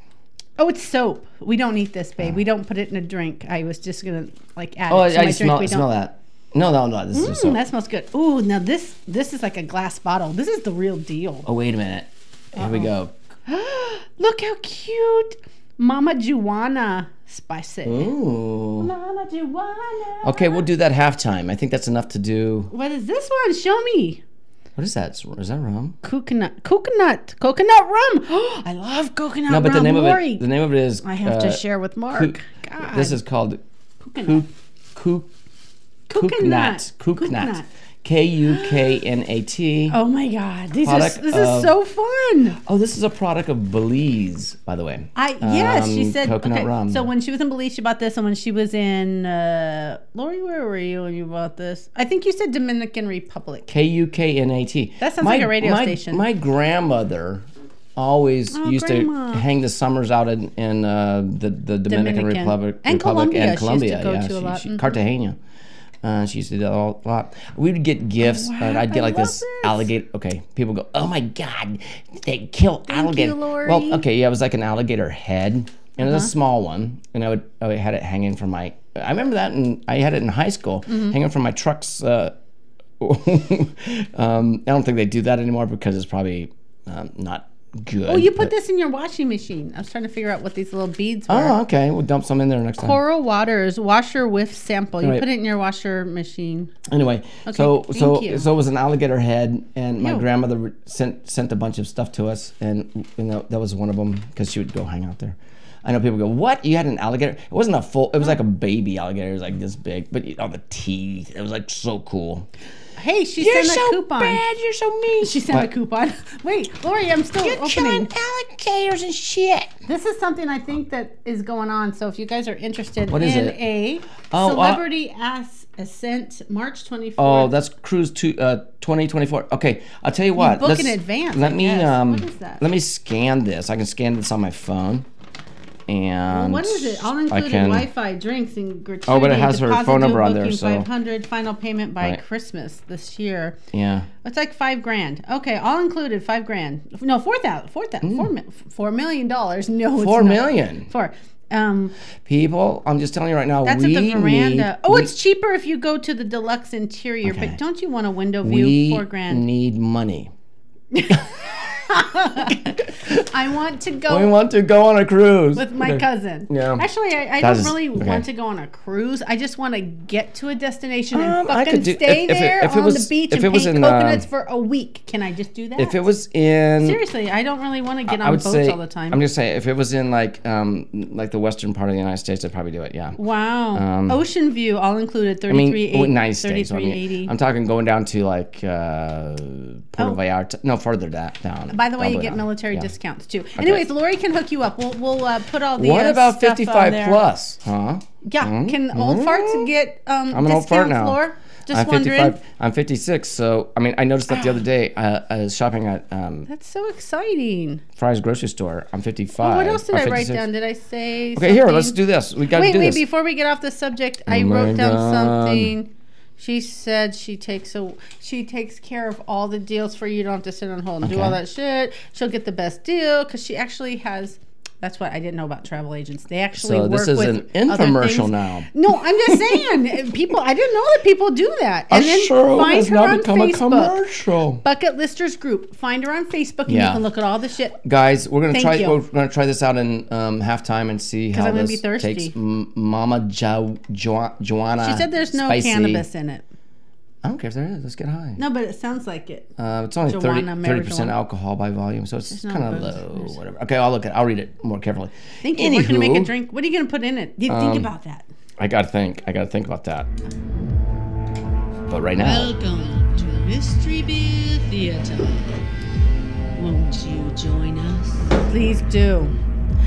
Speaker 8: Oh, it's soap. We don't eat this, babe. We don't put it in a drink. I was just gonna like add
Speaker 7: Oh,
Speaker 8: it to
Speaker 7: I, I
Speaker 8: my drink.
Speaker 7: smell,
Speaker 8: we
Speaker 7: smell
Speaker 8: don't.
Speaker 7: that. No, no, no. This is
Speaker 8: Mm,
Speaker 7: soap.
Speaker 8: that smells good. Ooh, now this this is like a glass bottle. This is the real deal.
Speaker 7: Oh, wait a minute. Here we go.
Speaker 8: Look how cute, Mama Juana spice
Speaker 7: Hmm?
Speaker 8: it.
Speaker 7: Ooh.
Speaker 8: Mama Juana.
Speaker 7: Okay, we'll do that halftime. I think that's enough to do.
Speaker 8: What is this one? Show me.
Speaker 7: What is that? Is that rum?
Speaker 8: coconut coconut coconut rum i love coconut
Speaker 7: No, but
Speaker 8: rum
Speaker 7: the name
Speaker 8: Lori.
Speaker 7: of it. The name of it is.
Speaker 8: i have to
Speaker 7: uh,
Speaker 8: share with mark
Speaker 7: Cook-
Speaker 8: God.
Speaker 7: This is called
Speaker 8: coconut
Speaker 7: Cook
Speaker 8: Coconut.
Speaker 7: Cooknut.
Speaker 8: Cooknut.
Speaker 7: Cooknut. K U K N A T.
Speaker 8: oh my god these are,
Speaker 7: Product
Speaker 8: this is
Speaker 7: of-
Speaker 8: so fun
Speaker 7: Oh, this is a product of Belize, by the way.
Speaker 8: i yes she
Speaker 7: Um,
Speaker 8: said
Speaker 7: coconut
Speaker 8: okay,
Speaker 7: rum.
Speaker 8: so when she was in belize she bought this and when she was in uh lori where were you when you bought this i think you said dominican republic
Speaker 7: K U K N A T.
Speaker 8: That sounds like a radio station.
Speaker 7: My grandmother always
Speaker 8: Oh,
Speaker 7: used
Speaker 8: grandma.
Speaker 7: to hang the summers out in, in uh, the, the Dominican,
Speaker 8: Dominican.
Speaker 7: Republic,
Speaker 8: And
Speaker 7: Republic
Speaker 8: Colombia she used
Speaker 7: and
Speaker 8: to
Speaker 7: Colombia.
Speaker 8: go
Speaker 7: yeah,
Speaker 8: to a
Speaker 7: she-
Speaker 8: lot.
Speaker 7: she-
Speaker 8: Mhm.
Speaker 7: Cartagena. Uh, she used to do that a lot. We would get gifts, and I'd get
Speaker 8: Oh, I
Speaker 7: like this,
Speaker 8: love this.
Speaker 7: alligator. Okay, people go, "Oh my God, they kill alligator!"
Speaker 8: Lori.
Speaker 7: Well, okay, yeah, it was like an alligator head, and it
Speaker 8: Uh-huh.
Speaker 7: was a small one, and I would I had it hanging from my. I remember that, and I had it in high school,
Speaker 8: Mm-hmm.
Speaker 7: hanging from my truck's uh, um, I don't think they do that anymore because it's probably um, not good.
Speaker 8: oh you put this in your washing machine i was trying to figure out what these little beads were
Speaker 7: Oh, okay. We'll dump some in there next time.
Speaker 8: Coral Waters washer whiff sample. You
Speaker 7: Right.
Speaker 8: put it in your washer machine.
Speaker 7: Anyway, so
Speaker 8: thank
Speaker 7: so
Speaker 8: you.
Speaker 7: so it was an alligator head, and my
Speaker 8: Ew.
Speaker 7: grandmother re- sent sent a bunch of stuff to us, and you know that was one of them because she would go hang out there. I know people go, "What? You had an alligator? It wasn't a full. It was like a baby alligator. It was like this big, but on the teeth, it was like so cool.
Speaker 8: Hey, she
Speaker 7: You're
Speaker 8: sent a
Speaker 7: so
Speaker 8: coupon.
Speaker 7: bad. You're so mean.
Speaker 8: She sent a
Speaker 7: What?
Speaker 8: coupon. Wait, Lori, I'm still
Speaker 7: You're
Speaker 8: opening.
Speaker 7: killing alligators and shit.
Speaker 8: This is something I think that is going on. So if you guys are interested
Speaker 7: What is
Speaker 8: in
Speaker 7: it?
Speaker 8: a
Speaker 7: Oh, uh,
Speaker 8: celebrity ass ascent March 24th.
Speaker 7: Oh, that's cruise to uh, 2024. Okay, I'll tell you what.
Speaker 8: book
Speaker 7: let's-
Speaker 8: in advance,
Speaker 7: Let
Speaker 8: I
Speaker 7: me
Speaker 8: guess.
Speaker 7: um.
Speaker 8: What is that?
Speaker 7: Let me scan this. I can scan this on my phone. And
Speaker 8: what is it? All
Speaker 7: I
Speaker 8: included
Speaker 7: can-
Speaker 8: Wi-Fi, drinks, and gratuity.
Speaker 7: Oh, but it has her
Speaker 8: deposit
Speaker 7: phone
Speaker 8: due
Speaker 7: number on there,
Speaker 8: booking
Speaker 7: so-
Speaker 8: 500 final payment by
Speaker 7: Right.
Speaker 8: Christmas this year.
Speaker 7: Yeah.
Speaker 8: It's like five grand. Okay, all included, five grand. No, four thousand, four thousand, four, mi- four million dollars. No, it's
Speaker 7: Four
Speaker 8: not.
Speaker 7: million
Speaker 8: Four. Um,
Speaker 7: people. I'm just telling you right now.
Speaker 8: That's
Speaker 7: we
Speaker 8: at the veranda.
Speaker 7: Need,
Speaker 8: oh,
Speaker 7: we-
Speaker 8: it's cheaper if you go to the deluxe interior,
Speaker 7: Okay.
Speaker 8: but don't Oh, you want a window view?
Speaker 7: we
Speaker 8: Four grand.
Speaker 7: need money.
Speaker 8: I want to
Speaker 7: We
Speaker 8: go
Speaker 7: want to go on a cruise.
Speaker 8: with my cousin.
Speaker 7: Yeah.
Speaker 8: Actually, I,
Speaker 7: That
Speaker 8: I don't
Speaker 7: is-
Speaker 8: really
Speaker 7: okay.
Speaker 8: want to go on a cruise. I just want to get to a destination
Speaker 7: Um,
Speaker 8: and
Speaker 7: I
Speaker 8: fucking
Speaker 7: could do- if-
Speaker 8: stay
Speaker 7: if it-
Speaker 8: there
Speaker 7: if it
Speaker 8: on the
Speaker 7: was-
Speaker 8: beach
Speaker 7: if
Speaker 8: and
Speaker 7: it
Speaker 8: paint
Speaker 7: was in, um,
Speaker 8: coconuts for a week. Can I just do that?
Speaker 7: If it was in
Speaker 8: Seriously, I don't really want to get
Speaker 7: I
Speaker 8: on
Speaker 7: would
Speaker 8: boats
Speaker 7: say
Speaker 8: all the time.
Speaker 7: I'm just saying if it was in like um like the western part of the United States I'd probably do it. Yeah.
Speaker 8: wow.
Speaker 7: Um,
Speaker 8: Ocean view, all included,
Speaker 7: I mean,
Speaker 8: 33
Speaker 7: well, nice days. I
Speaker 8: 3380.
Speaker 7: mean, I'm talking going down to like uh, Puerto Vallarta. No, further da- down.
Speaker 8: Oh. By the way,
Speaker 7: all
Speaker 8: you
Speaker 7: way
Speaker 8: get
Speaker 7: down.
Speaker 8: military
Speaker 7: Yeah.
Speaker 8: discounts too. Anyways, Lori can hook you up. We'll, we'll uh, put all the
Speaker 7: What
Speaker 8: uh,
Speaker 7: about
Speaker 8: stuff on
Speaker 7: 55
Speaker 8: there.
Speaker 7: plus? Huh?
Speaker 8: Yeah, can old farts get um,
Speaker 7: I'm an old fart
Speaker 8: discount
Speaker 7: now.
Speaker 8: floor? Just
Speaker 7: I'm
Speaker 8: wondering.
Speaker 7: 55. I'm 56. So I mean, I noticed that the other day. Uh, I was shopping at um,
Speaker 8: That's so exciting. Oh,
Speaker 7: Fry's grocery store. I'm 55.
Speaker 8: What else did
Speaker 7: I'm
Speaker 8: I write
Speaker 7: 56.
Speaker 8: down? Did I say?
Speaker 7: Okay, here, let's do this. We got to
Speaker 8: Wait,
Speaker 7: do
Speaker 8: wait.
Speaker 7: this.
Speaker 8: Before we get off the subject, I
Speaker 7: Oh my
Speaker 8: wrote down
Speaker 7: God.
Speaker 8: something. She said she takes a she takes care of all the deals for you. You don't have to sit on hold and do all
Speaker 7: Okay.
Speaker 8: that shit. She'll get the best deal because she actually has. That's what I didn't know about travel agents. They actually
Speaker 7: So
Speaker 8: work
Speaker 7: this is
Speaker 8: with
Speaker 7: an
Speaker 8: other
Speaker 7: infomercial
Speaker 8: things.
Speaker 7: now.
Speaker 8: No, I'm just saying eh, people. I didn't know that people do that.
Speaker 7: I
Speaker 8: And then
Speaker 7: sure
Speaker 8: find
Speaker 7: has
Speaker 8: her
Speaker 7: now
Speaker 8: on
Speaker 7: become a
Speaker 8: Facebook.
Speaker 7: commercial.
Speaker 8: Bucket Listers Group. Find her on Facebook, and you
Speaker 7: Yeah.
Speaker 8: can look at all the shit.
Speaker 7: guys we're gonna
Speaker 8: Thank
Speaker 7: try
Speaker 8: you.
Speaker 7: we're gonna try this out in um, halftime and see how
Speaker 8: I'm gonna
Speaker 7: this
Speaker 8: be thirsty.
Speaker 7: takes M- mama jo- jo- joanna
Speaker 8: She said there's no
Speaker 7: spicy-
Speaker 8: cannabis in it.
Speaker 7: i don't care if there is let's get high
Speaker 8: No, but it sounds like it.
Speaker 7: uh, it's only 30,
Speaker 8: Joanna,
Speaker 7: 30%
Speaker 8: marijuana.
Speaker 7: alcohol by volume so it's
Speaker 8: no
Speaker 7: kind of
Speaker 8: booze.
Speaker 7: low whatever okay i'll look at i'll read it more carefully
Speaker 8: Thank you. We're gonna
Speaker 7: Anywho,
Speaker 8: make a drink. What are you gonna put in it? Um, Did you think about that?
Speaker 7: i gotta think i gotta think about that but right now
Speaker 4: Welcome to Mystery Beer Theater. Won't you join us?
Speaker 8: Please do.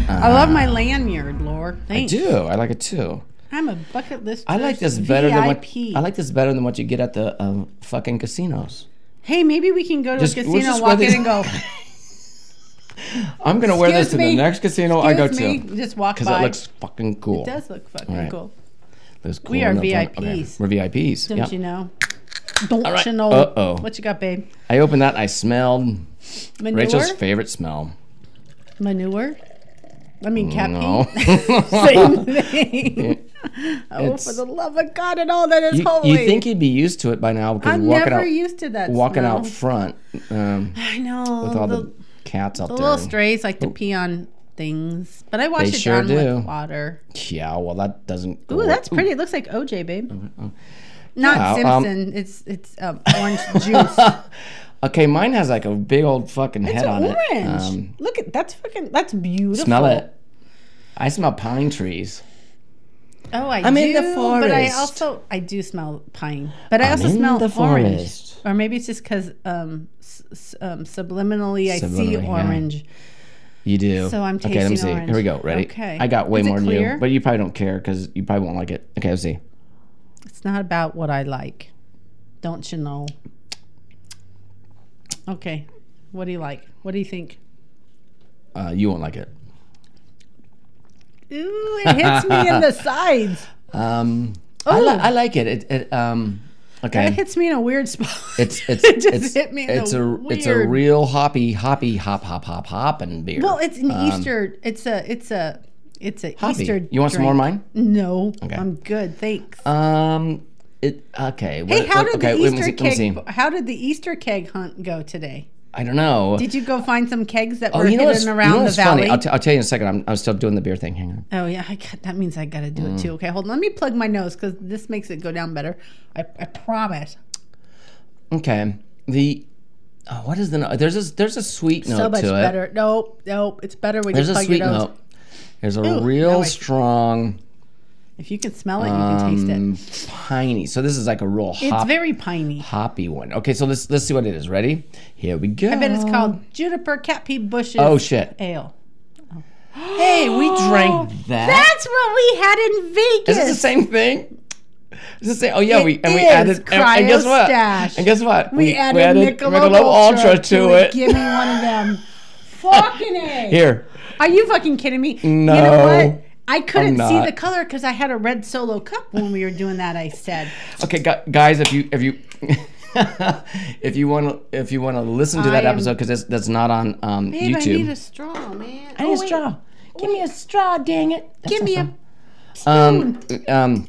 Speaker 8: I love my lanyard, Lore.
Speaker 7: i
Speaker 8: Thanks.
Speaker 7: do i like it too
Speaker 8: I'm a bucket list.
Speaker 7: i like this better than what i like this better than what you get at the um, fucking casinos
Speaker 8: Hey, maybe we can go to
Speaker 7: Just-
Speaker 8: a
Speaker 7: we'll
Speaker 8: casino,
Speaker 7: just
Speaker 8: walk
Speaker 7: wear
Speaker 8: in,
Speaker 7: these-
Speaker 8: and go.
Speaker 7: I'm gonna wear this to
Speaker 8: Excuse
Speaker 7: the
Speaker 8: me.
Speaker 7: next casino I go
Speaker 8: Excuse me.
Speaker 7: to
Speaker 8: You just walk
Speaker 7: because
Speaker 8: by.
Speaker 7: it looks fucking cool.
Speaker 8: It does look fucking
Speaker 7: All right.
Speaker 8: cool.
Speaker 7: Looks cool
Speaker 8: We are
Speaker 7: and up front. Okay,
Speaker 8: VIPs.
Speaker 7: We're VIPs.
Speaker 8: Don't
Speaker 7: yeah.
Speaker 8: you know? Don't
Speaker 7: right.
Speaker 8: you know?
Speaker 7: Uh-oh.
Speaker 8: What you got, babe?
Speaker 7: I opened that. and I smelled
Speaker 8: Manure?
Speaker 7: Rachel's favorite smell.
Speaker 8: Manure? I mean, cat
Speaker 7: No.
Speaker 8: pee. Same thing. oh, for
Speaker 7: It's-
Speaker 8: the love of God and all that is
Speaker 7: you,
Speaker 8: holy.
Speaker 7: you think you'd be used to it by now because
Speaker 8: I'm
Speaker 7: walking
Speaker 8: never
Speaker 7: out,
Speaker 8: used to that.
Speaker 7: walking
Speaker 8: smell.
Speaker 7: out front um, with
Speaker 8: I know.
Speaker 7: all
Speaker 8: the,
Speaker 7: the, cats out
Speaker 8: the
Speaker 7: there.
Speaker 8: little strays like to pee on things, but I wash
Speaker 7: They
Speaker 8: it
Speaker 7: sure
Speaker 8: down
Speaker 7: do.
Speaker 8: with water.
Speaker 7: Yeah, well, that doesn't.
Speaker 8: Ooh, that's pretty. It looks like OJ, babe.
Speaker 7: Yeah,
Speaker 8: Not
Speaker 7: Mm-hmm, um,
Speaker 8: Simpson. it's it's um, orange juice.
Speaker 7: Okay, mine has like a big old fucking
Speaker 8: It's
Speaker 7: head on
Speaker 8: orange.
Speaker 7: it. Um,
Speaker 8: Look at that's fucking that's beautiful.
Speaker 7: smell it. I smell pine trees.
Speaker 8: Oh, I
Speaker 7: I'm
Speaker 8: do,
Speaker 7: in the
Speaker 8: But I
Speaker 7: forest.
Speaker 8: also I do smell pine, but I
Speaker 7: I'm
Speaker 8: also
Speaker 7: in
Speaker 8: smell
Speaker 7: the
Speaker 8: orange.
Speaker 7: forest.
Speaker 8: Or maybe it's just because um, s- s- um, subliminally I see
Speaker 7: Subliminally, yeah.
Speaker 8: orange.
Speaker 7: You do.
Speaker 8: So I'm
Speaker 7: Okay, let me
Speaker 8: tasting
Speaker 7: see.
Speaker 8: orange.
Speaker 7: Here we go. Ready?
Speaker 8: Okay.
Speaker 7: I got way
Speaker 8: Is it
Speaker 7: more than
Speaker 8: clear?
Speaker 7: you, but you probably don't care because you probably won't like it. Okay, let's see.
Speaker 8: It's not about what I like, don't you know? Okay, what do you like? What do you think?
Speaker 7: Uh, you won't like it.
Speaker 8: Ooh, it hits me in the sides.
Speaker 7: Um, I, li-
Speaker 8: Oh.
Speaker 7: I like it. It. it um, okay.
Speaker 8: It hits me in a weird spot.
Speaker 7: It's it's
Speaker 8: it just
Speaker 7: it's
Speaker 8: hit me. In
Speaker 7: it's
Speaker 8: the
Speaker 7: a
Speaker 8: weird.
Speaker 7: it's a real hoppy hoppy hop hop hop hop and beer.
Speaker 8: Well, it's an Easter. It's a it's a it's a
Speaker 7: hoppy.
Speaker 8: Easter.
Speaker 7: um, You want some more of
Speaker 8: drink.
Speaker 7: mine?
Speaker 8: No,
Speaker 7: Okay.
Speaker 8: I'm good. Thanks.
Speaker 7: Um, it okay.
Speaker 8: hey, how did
Speaker 7: okay,
Speaker 8: the
Speaker 7: wait, let me
Speaker 8: Easter
Speaker 7: see, let me see.
Speaker 8: keg? How did the Easter keg hunt go today?
Speaker 7: I don't know.
Speaker 8: Did you go find some kegs that
Speaker 7: oh,
Speaker 8: were
Speaker 7: you know what's,
Speaker 8: hidden
Speaker 7: you know
Speaker 8: around the
Speaker 7: what's
Speaker 8: valley?
Speaker 7: funny? I'll, t- I'll tell you in a second. I'm, I'm still doing the beer thing. Hang on.
Speaker 8: oh yeah, I got, that means I got to do
Speaker 7: Mm.
Speaker 8: it too. Okay, hold on. Let me plug my nose because this makes it go down better. I, I promise.
Speaker 7: Okay. The oh, what is the no- there's a there's a sweet note
Speaker 8: so much
Speaker 7: to it.
Speaker 8: better. Nope, nope. It's better when
Speaker 7: There's
Speaker 8: you
Speaker 7: a
Speaker 8: plug
Speaker 7: sweet
Speaker 8: your nose.
Speaker 7: note. There's a
Speaker 8: Ooh, now
Speaker 7: real
Speaker 8: I-
Speaker 7: strong
Speaker 8: If you can smell it, you can taste it.
Speaker 7: um, piney. So this is like a real
Speaker 8: It's
Speaker 7: hop,
Speaker 8: very piney.
Speaker 7: hoppy one. Okay, so let's let's see what it is. Ready? Here we go.
Speaker 8: I bet it's called juniper cat pea bushes.
Speaker 7: Oh shit!
Speaker 8: ale.
Speaker 7: Hey, we
Speaker 8: Oh,
Speaker 7: drank that.
Speaker 8: That's what we had in Vegas.
Speaker 7: Is it the same thing? Is it the same? Oh yeah,
Speaker 8: It
Speaker 7: we and we
Speaker 8: is
Speaker 7: added and, and guess what?
Speaker 8: Cryostash.
Speaker 7: And guess what?
Speaker 8: We, added, Michelob, Ultra, to it. Give me one of them. fucking A.
Speaker 7: Here,
Speaker 8: Are you fucking kidding me? You know
Speaker 7: No,
Speaker 8: what? I couldn't
Speaker 7: I'm
Speaker 8: see
Speaker 7: not.
Speaker 8: the color because I had a red solo cup when we were doing that. I said,
Speaker 7: okay, gu- guys, if you if you if you want to if you want to listen to that
Speaker 8: I am-
Speaker 7: episode because that's, that's not on um,
Speaker 8: "Babe, I need
Speaker 7: YouTube.
Speaker 8: a straw, man.
Speaker 7: I
Speaker 8: Oh,
Speaker 7: need a
Speaker 8: wait.
Speaker 7: straw. Give me a straw, dang it!
Speaker 8: Give me a.
Speaker 7: Um, um,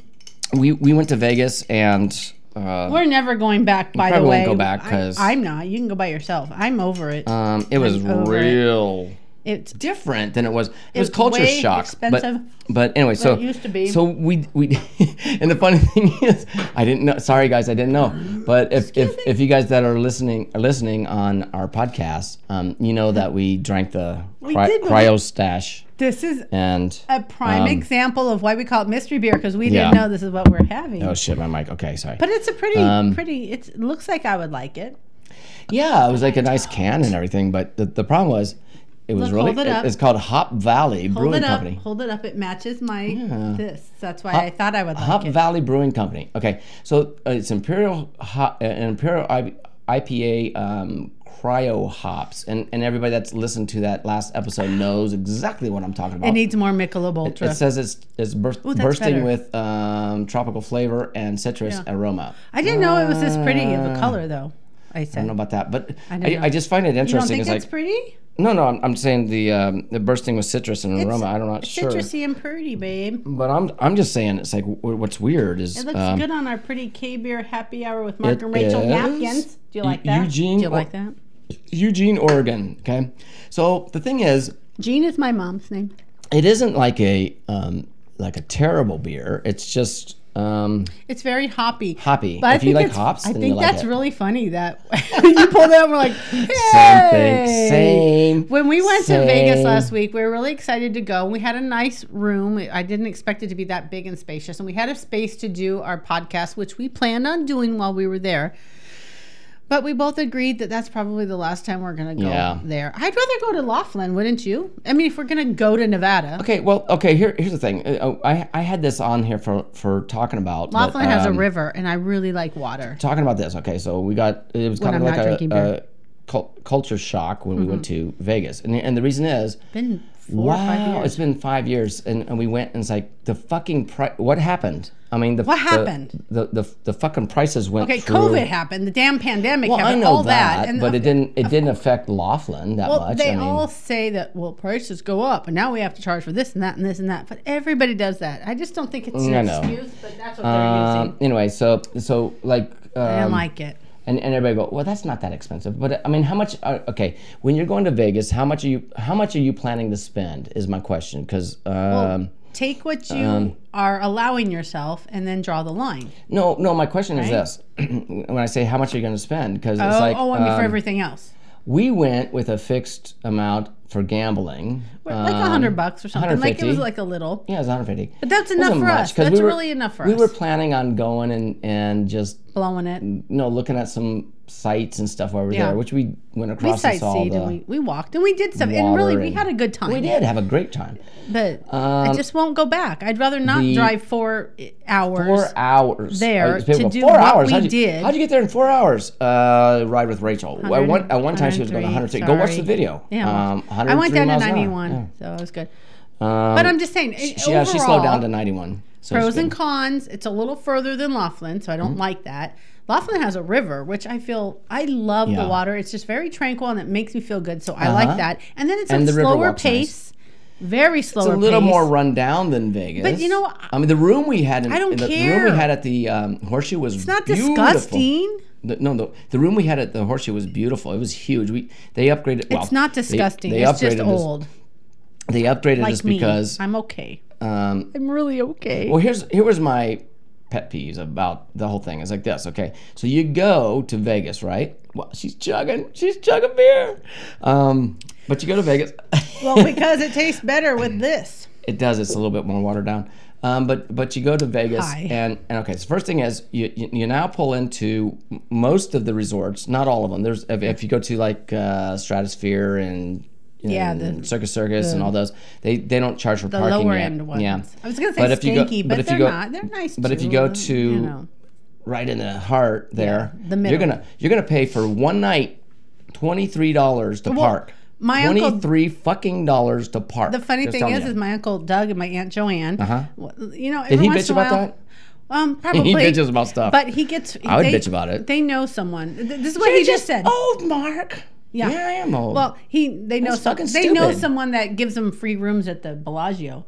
Speaker 7: we we went to Vegas and uh,
Speaker 8: We're never going back. By the
Speaker 7: probably
Speaker 8: way,
Speaker 7: won't go back
Speaker 8: I-
Speaker 7: 'cause-
Speaker 8: I'm not. You can go by yourself. I'm over it.
Speaker 7: um, it was
Speaker 8: I'm over it.
Speaker 7: real.
Speaker 8: it's
Speaker 7: different than it was. It was
Speaker 8: It's
Speaker 7: culture
Speaker 8: way
Speaker 7: shock.
Speaker 8: expensive
Speaker 7: But but anyway, so
Speaker 8: it used to be.
Speaker 7: So we we and the funny thing is, I didn't know. Sorry guys, I didn't know. But if if, if you guys that are listening are listening on our podcast, um, you know that we drank the cry,
Speaker 8: did, but we-
Speaker 7: cryo stash
Speaker 8: this is
Speaker 7: and.
Speaker 8: a prime
Speaker 7: Um,
Speaker 8: example of why we call it mystery beer because we
Speaker 7: Yeah.
Speaker 8: didn't know this is what we're having.
Speaker 7: Oh shit, my mic. Okay, sorry.
Speaker 8: But it's a pretty,
Speaker 7: Um,
Speaker 8: pretty. It's, it looks like I would like it.
Speaker 7: yeah, it was like a nice can and everything. But the, the problem was, it was
Speaker 8: Look,
Speaker 7: really.
Speaker 8: hold it up.
Speaker 7: It's called Hop Valley
Speaker 8: Hold
Speaker 7: Brewing
Speaker 8: it up.
Speaker 7: Company.
Speaker 8: Hold it up. It matches my this. That's why I
Speaker 7: Hop-
Speaker 8: thought I would like
Speaker 7: Hop
Speaker 8: it.
Speaker 7: Valley Brewing Company. Okay, so uh, it's Imperial hop, uh, an Imperial I- IPA um, cryo hops, and and everybody that's listened to that last episode knows exactly what I'm talking about.
Speaker 8: it needs more Michelob Ultra.
Speaker 7: It says it's it's burst,
Speaker 8: Ooh, that's
Speaker 7: bursting
Speaker 8: better.
Speaker 7: with um, tropical flavor and citrus
Speaker 8: Yeah.
Speaker 7: aroma.
Speaker 8: I didn't know it was this pretty of a color though.
Speaker 7: Ah.
Speaker 8: I
Speaker 7: I
Speaker 8: said.
Speaker 7: don't know about that, but I,
Speaker 8: don't
Speaker 7: I,
Speaker 8: know.
Speaker 7: just find it
Speaker 8: you don't
Speaker 7: interesting.
Speaker 8: think
Speaker 7: It's
Speaker 8: that's
Speaker 7: like
Speaker 8: pretty?
Speaker 7: no, no, I'm, I'm saying the um, the bursting with citrus and
Speaker 8: It's
Speaker 7: aroma. I'm not sure,
Speaker 8: Citrusy and pretty, babe.
Speaker 7: but I'm I'm just saying it's like w- what's weird is
Speaker 8: It looks
Speaker 7: um,
Speaker 8: good on our pretty K beer happy hour with Mark
Speaker 7: it
Speaker 8: and Rachel
Speaker 7: is
Speaker 8: napkins. Do you like
Speaker 7: Eu-
Speaker 8: that?
Speaker 7: Eugene
Speaker 8: Do you
Speaker 7: or-
Speaker 8: like that?
Speaker 7: Eugene, Oregon. Okay, so the thing is,
Speaker 8: Jean is my mom's name.
Speaker 7: it isn't like a um, like a terrible beer. It's just um,
Speaker 8: It's very hoppy.
Speaker 7: hoppy.
Speaker 8: But I
Speaker 7: if you
Speaker 8: think
Speaker 7: like
Speaker 8: it's-
Speaker 7: hops,
Speaker 8: I
Speaker 7: then
Speaker 8: think
Speaker 7: you'll like
Speaker 8: that's
Speaker 7: it.
Speaker 8: really funny that you pull that and we're like,
Speaker 7: same
Speaker 8: "Hey!"
Speaker 7: thing. Same.
Speaker 8: When we went to Vegas
Speaker 7: same.
Speaker 8: last week, we were really excited to go. We had a nice room. I didn't expect it to be that big and spacious. And we had a space to do our podcast, which we planned on doing while we were there. But we both agreed that that's probably the last time we're going to go
Speaker 7: Yeah.
Speaker 8: there. I'd rather go to Laughlin, wouldn't you? I mean, if we're going to go to Nevada,
Speaker 7: Okay, well, okay. Here, here's the thing. Uh, oh, I I had this on here for for talking about but,
Speaker 8: Laughlin has a
Speaker 7: um,
Speaker 8: river, and I really like water.
Speaker 7: Talking about this. Okay, so we got it was kind of
Speaker 8: When I'm
Speaker 7: like
Speaker 8: not
Speaker 7: a,
Speaker 8: drinking beer.
Speaker 7: a cul- culture shock when we went to Vegas, and and the reason is
Speaker 8: Been four or five years.
Speaker 7: it's been five years, and, and we went and it's like the fucking price. What happened? I mean, the
Speaker 8: What
Speaker 7: the-
Speaker 8: happened?
Speaker 7: The the, the, fucking prices went.
Speaker 8: Okay,
Speaker 7: through-
Speaker 8: COVID happened. The damn pandemic
Speaker 7: Well, I
Speaker 8: happened.
Speaker 7: know
Speaker 8: all
Speaker 7: that,
Speaker 8: that, and
Speaker 7: but it didn't it didn't affect Laughlin that
Speaker 8: Well,
Speaker 7: much.
Speaker 8: they
Speaker 7: I mean,
Speaker 8: all say that. Well, prices go up, and now we have to charge for this and that and this and that. But everybody does that. I just don't think it's an
Speaker 7: Mm, I know.
Speaker 8: excuse, but that's what they're
Speaker 7: um,
Speaker 8: using.
Speaker 7: anyway, so so like. Um,
Speaker 8: I don't like it.
Speaker 7: and, and everybody go well that's not that expensive but i mean how much uh, okay when you're going to vegas how much are you how much are you planning to spend is my question because um,
Speaker 8: Take what you are allowing yourself, and then draw the line.
Speaker 7: no no my question is this when i say how much are you going to spend because it's
Speaker 8: Oh,
Speaker 7: like
Speaker 8: oh, I mean
Speaker 7: um,
Speaker 8: for everything else,
Speaker 7: We went with a fixed amount for gambling.
Speaker 8: like a
Speaker 7: Um,
Speaker 8: hundred bucks or something. Like it
Speaker 7: 150.
Speaker 8: was like a little.
Speaker 7: Yeah, it was 150. But
Speaker 8: that's enough for us. That's really enough for
Speaker 7: we
Speaker 8: us.
Speaker 7: were planning on going and, and just
Speaker 8: Blowing it.
Speaker 7: you know looking at some sites and stuff over
Speaker 8: Yeah.
Speaker 7: there, which we went
Speaker 8: We
Speaker 7: across and saw
Speaker 8: sightseed
Speaker 7: the.
Speaker 8: and we, we walked and we did stuff. And really,
Speaker 7: water
Speaker 8: we
Speaker 7: and-
Speaker 8: had a good time.
Speaker 7: we did have a great time.
Speaker 8: But I
Speaker 7: Um,
Speaker 8: just won't go back. I'd rather not
Speaker 7: the-
Speaker 8: drive four i- hours.
Speaker 7: Four hours
Speaker 8: there
Speaker 7: Uh, people
Speaker 8: to
Speaker 7: go,
Speaker 8: do
Speaker 7: four
Speaker 8: what
Speaker 7: hours.
Speaker 8: we
Speaker 7: how'd you,
Speaker 8: did."
Speaker 7: How'd you get there in four hours? Uh, ride with Rachel. At one, at one time, she was going 103.
Speaker 8: 103,
Speaker 7: Go watch the
Speaker 8: sorry.
Speaker 7: video.
Speaker 8: Yeah.
Speaker 7: um,
Speaker 8: I went
Speaker 7: 103
Speaker 8: down to
Speaker 7: miles an hour.
Speaker 8: 91,
Speaker 7: Yeah.
Speaker 8: so it was good.
Speaker 7: Um,
Speaker 8: But I'm just saying, it-
Speaker 7: she, yeah, she slowed down
Speaker 8: overall,
Speaker 7: to 91. So it's Mm-hmm.
Speaker 8: pros and
Speaker 7: good.
Speaker 8: cons. It's a little further than Laughlin, so I don't like that. Laughlin has a river, which I feel I love
Speaker 7: Yeah.
Speaker 8: the water. It's just very tranquil and it makes me feel good, so I
Speaker 7: Uh-huh.
Speaker 8: like that. And then it's
Speaker 7: And
Speaker 8: a
Speaker 7: the river
Speaker 8: slower
Speaker 7: walk's nice.
Speaker 8: pace, very slower.
Speaker 7: It's a little
Speaker 8: pace.
Speaker 7: more run down than Vegas.
Speaker 8: But you know, I-
Speaker 7: I mean, the room we had in,
Speaker 8: I don't
Speaker 7: in the room
Speaker 8: care.
Speaker 7: we had at the um, Horseshoe was
Speaker 8: It's not
Speaker 7: beautiful.
Speaker 8: disgusting.
Speaker 7: The- no, the, the room we had at the Horseshoe was beautiful. It was huge. We they upgraded. Well,
Speaker 8: It's not
Speaker 7: they-
Speaker 8: disgusting.
Speaker 7: They,
Speaker 8: it's just
Speaker 7: upgraded us-
Speaker 8: old,
Speaker 7: They upgraded
Speaker 8: like
Speaker 7: us
Speaker 8: me.
Speaker 7: because.
Speaker 8: I'm okay.
Speaker 7: Um,
Speaker 8: I'm really okay.
Speaker 7: well, here's here was my pet peeves about the whole thing. It's like this. Okay, so you go to Vegas, right? Well, she's chugging. She's chugging beer. Um, but you go to Vegas.
Speaker 8: well, because it tastes better with this.
Speaker 7: It does. It's a little bit more watered down. Um, but but you go to Vegas
Speaker 8: Hi.
Speaker 7: and and okay. So first thing is you you, you now pull into m- most of the resorts, not all of them. There's if, if you go to like uh, Stratosphere and.
Speaker 8: Yeah,
Speaker 7: and
Speaker 8: the-
Speaker 7: Circus Circus and all those. They they don't charge for
Speaker 8: The
Speaker 7: parking
Speaker 8: lower
Speaker 7: yet.
Speaker 8: end ones.
Speaker 7: Yeah,
Speaker 8: I was gonna say
Speaker 7: But if you go-
Speaker 8: stinky,
Speaker 7: but
Speaker 8: but,
Speaker 7: if you
Speaker 8: they're
Speaker 7: go-
Speaker 8: not. They're nice.
Speaker 7: but if you
Speaker 8: too,
Speaker 7: go
Speaker 8: uh,
Speaker 7: to-
Speaker 8: you know.
Speaker 7: right in the heart there.
Speaker 8: the middle.
Speaker 7: You're gonna you're gonna pay for one night, twenty three dollars to park.
Speaker 8: my uncle-
Speaker 7: twenty three fucking dollars to park.
Speaker 8: the funny
Speaker 7: Just
Speaker 8: thing
Speaker 7: telling
Speaker 8: is,
Speaker 7: you.
Speaker 8: is my uncle Doug and my aunt Joanne.
Speaker 7: Uh-huh.
Speaker 8: w- You know, every
Speaker 7: did he
Speaker 8: once
Speaker 7: bitch
Speaker 8: in a
Speaker 7: about
Speaker 8: while-
Speaker 7: that?
Speaker 8: Um, probably.
Speaker 7: bitches about stuff.
Speaker 8: But he gets.
Speaker 7: I would
Speaker 8: they-
Speaker 7: bitch about it.
Speaker 8: They know someone. Th- This is what he just said.
Speaker 7: Old Mark.
Speaker 8: Yeah.
Speaker 7: I am old.
Speaker 8: Well, he they know
Speaker 7: That's
Speaker 8: some, they
Speaker 7: fucking
Speaker 8: know
Speaker 7: stupid.
Speaker 8: someone that gives them free rooms at the Bellagio.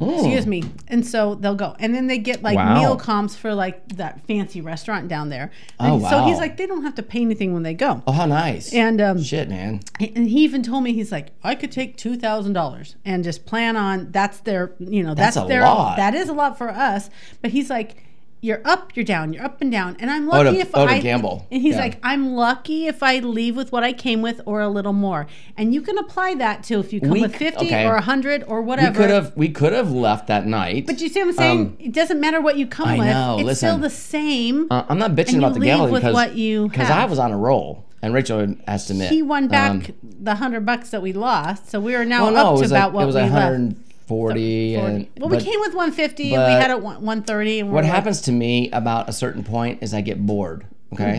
Speaker 8: Excuse me. And so they'll go, and then they get like
Speaker 7: Mm-hmm. Mm. Wow.
Speaker 8: meal comps for like that fancy restaurant down there.
Speaker 7: Oh,
Speaker 8: And So he's
Speaker 7: wow.
Speaker 8: like, they don't have to pay anything when they go.
Speaker 7: oh, how nice.
Speaker 8: And um,
Speaker 7: shit, man.
Speaker 8: and he even told me he's like, I could take two thousand dollars and just plan on that's their you know
Speaker 7: That's
Speaker 8: that's,
Speaker 7: a
Speaker 8: their
Speaker 7: lot.
Speaker 8: that is a lot for us. But he's like, you're up, you're down, you're up and down, and I'm
Speaker 7: Oh, to-
Speaker 8: lucky if
Speaker 7: oh, to
Speaker 8: I
Speaker 7: gamble.
Speaker 8: And he's
Speaker 7: Yeah.
Speaker 8: like, I'm lucky if I leave with what I came with or a little more. And you can apply that to if you come
Speaker 7: We-
Speaker 8: with fifty
Speaker 7: okay.
Speaker 8: or hundred or
Speaker 7: We
Speaker 8: whatever.
Speaker 7: could have we could have left that night.
Speaker 8: But you see what I'm saying? it doesn't matter what you come
Speaker 7: I
Speaker 8: with.
Speaker 7: know,
Speaker 8: it's
Speaker 7: listen.
Speaker 8: still the same.
Speaker 7: Uh, I'm not bitching
Speaker 8: And you
Speaker 7: about the
Speaker 8: leave
Speaker 7: gambling
Speaker 8: with
Speaker 7: because
Speaker 8: what you
Speaker 7: because
Speaker 8: have.
Speaker 7: I was on a roll and Rachel has to admit
Speaker 8: he won back
Speaker 7: Um,
Speaker 8: the hundred bucks that we lost, so we are now
Speaker 7: well, no,
Speaker 8: up
Speaker 7: it
Speaker 8: to
Speaker 7: was
Speaker 8: about
Speaker 7: like,
Speaker 8: what
Speaker 7: it was
Speaker 8: we left.
Speaker 7: 140 and
Speaker 8: 40. Well,
Speaker 7: but-
Speaker 8: we came with 150 and we
Speaker 7: but
Speaker 8: had it 130. And we're
Speaker 7: What
Speaker 8: like-
Speaker 7: happens to me about a certain point is I get bored. Okay.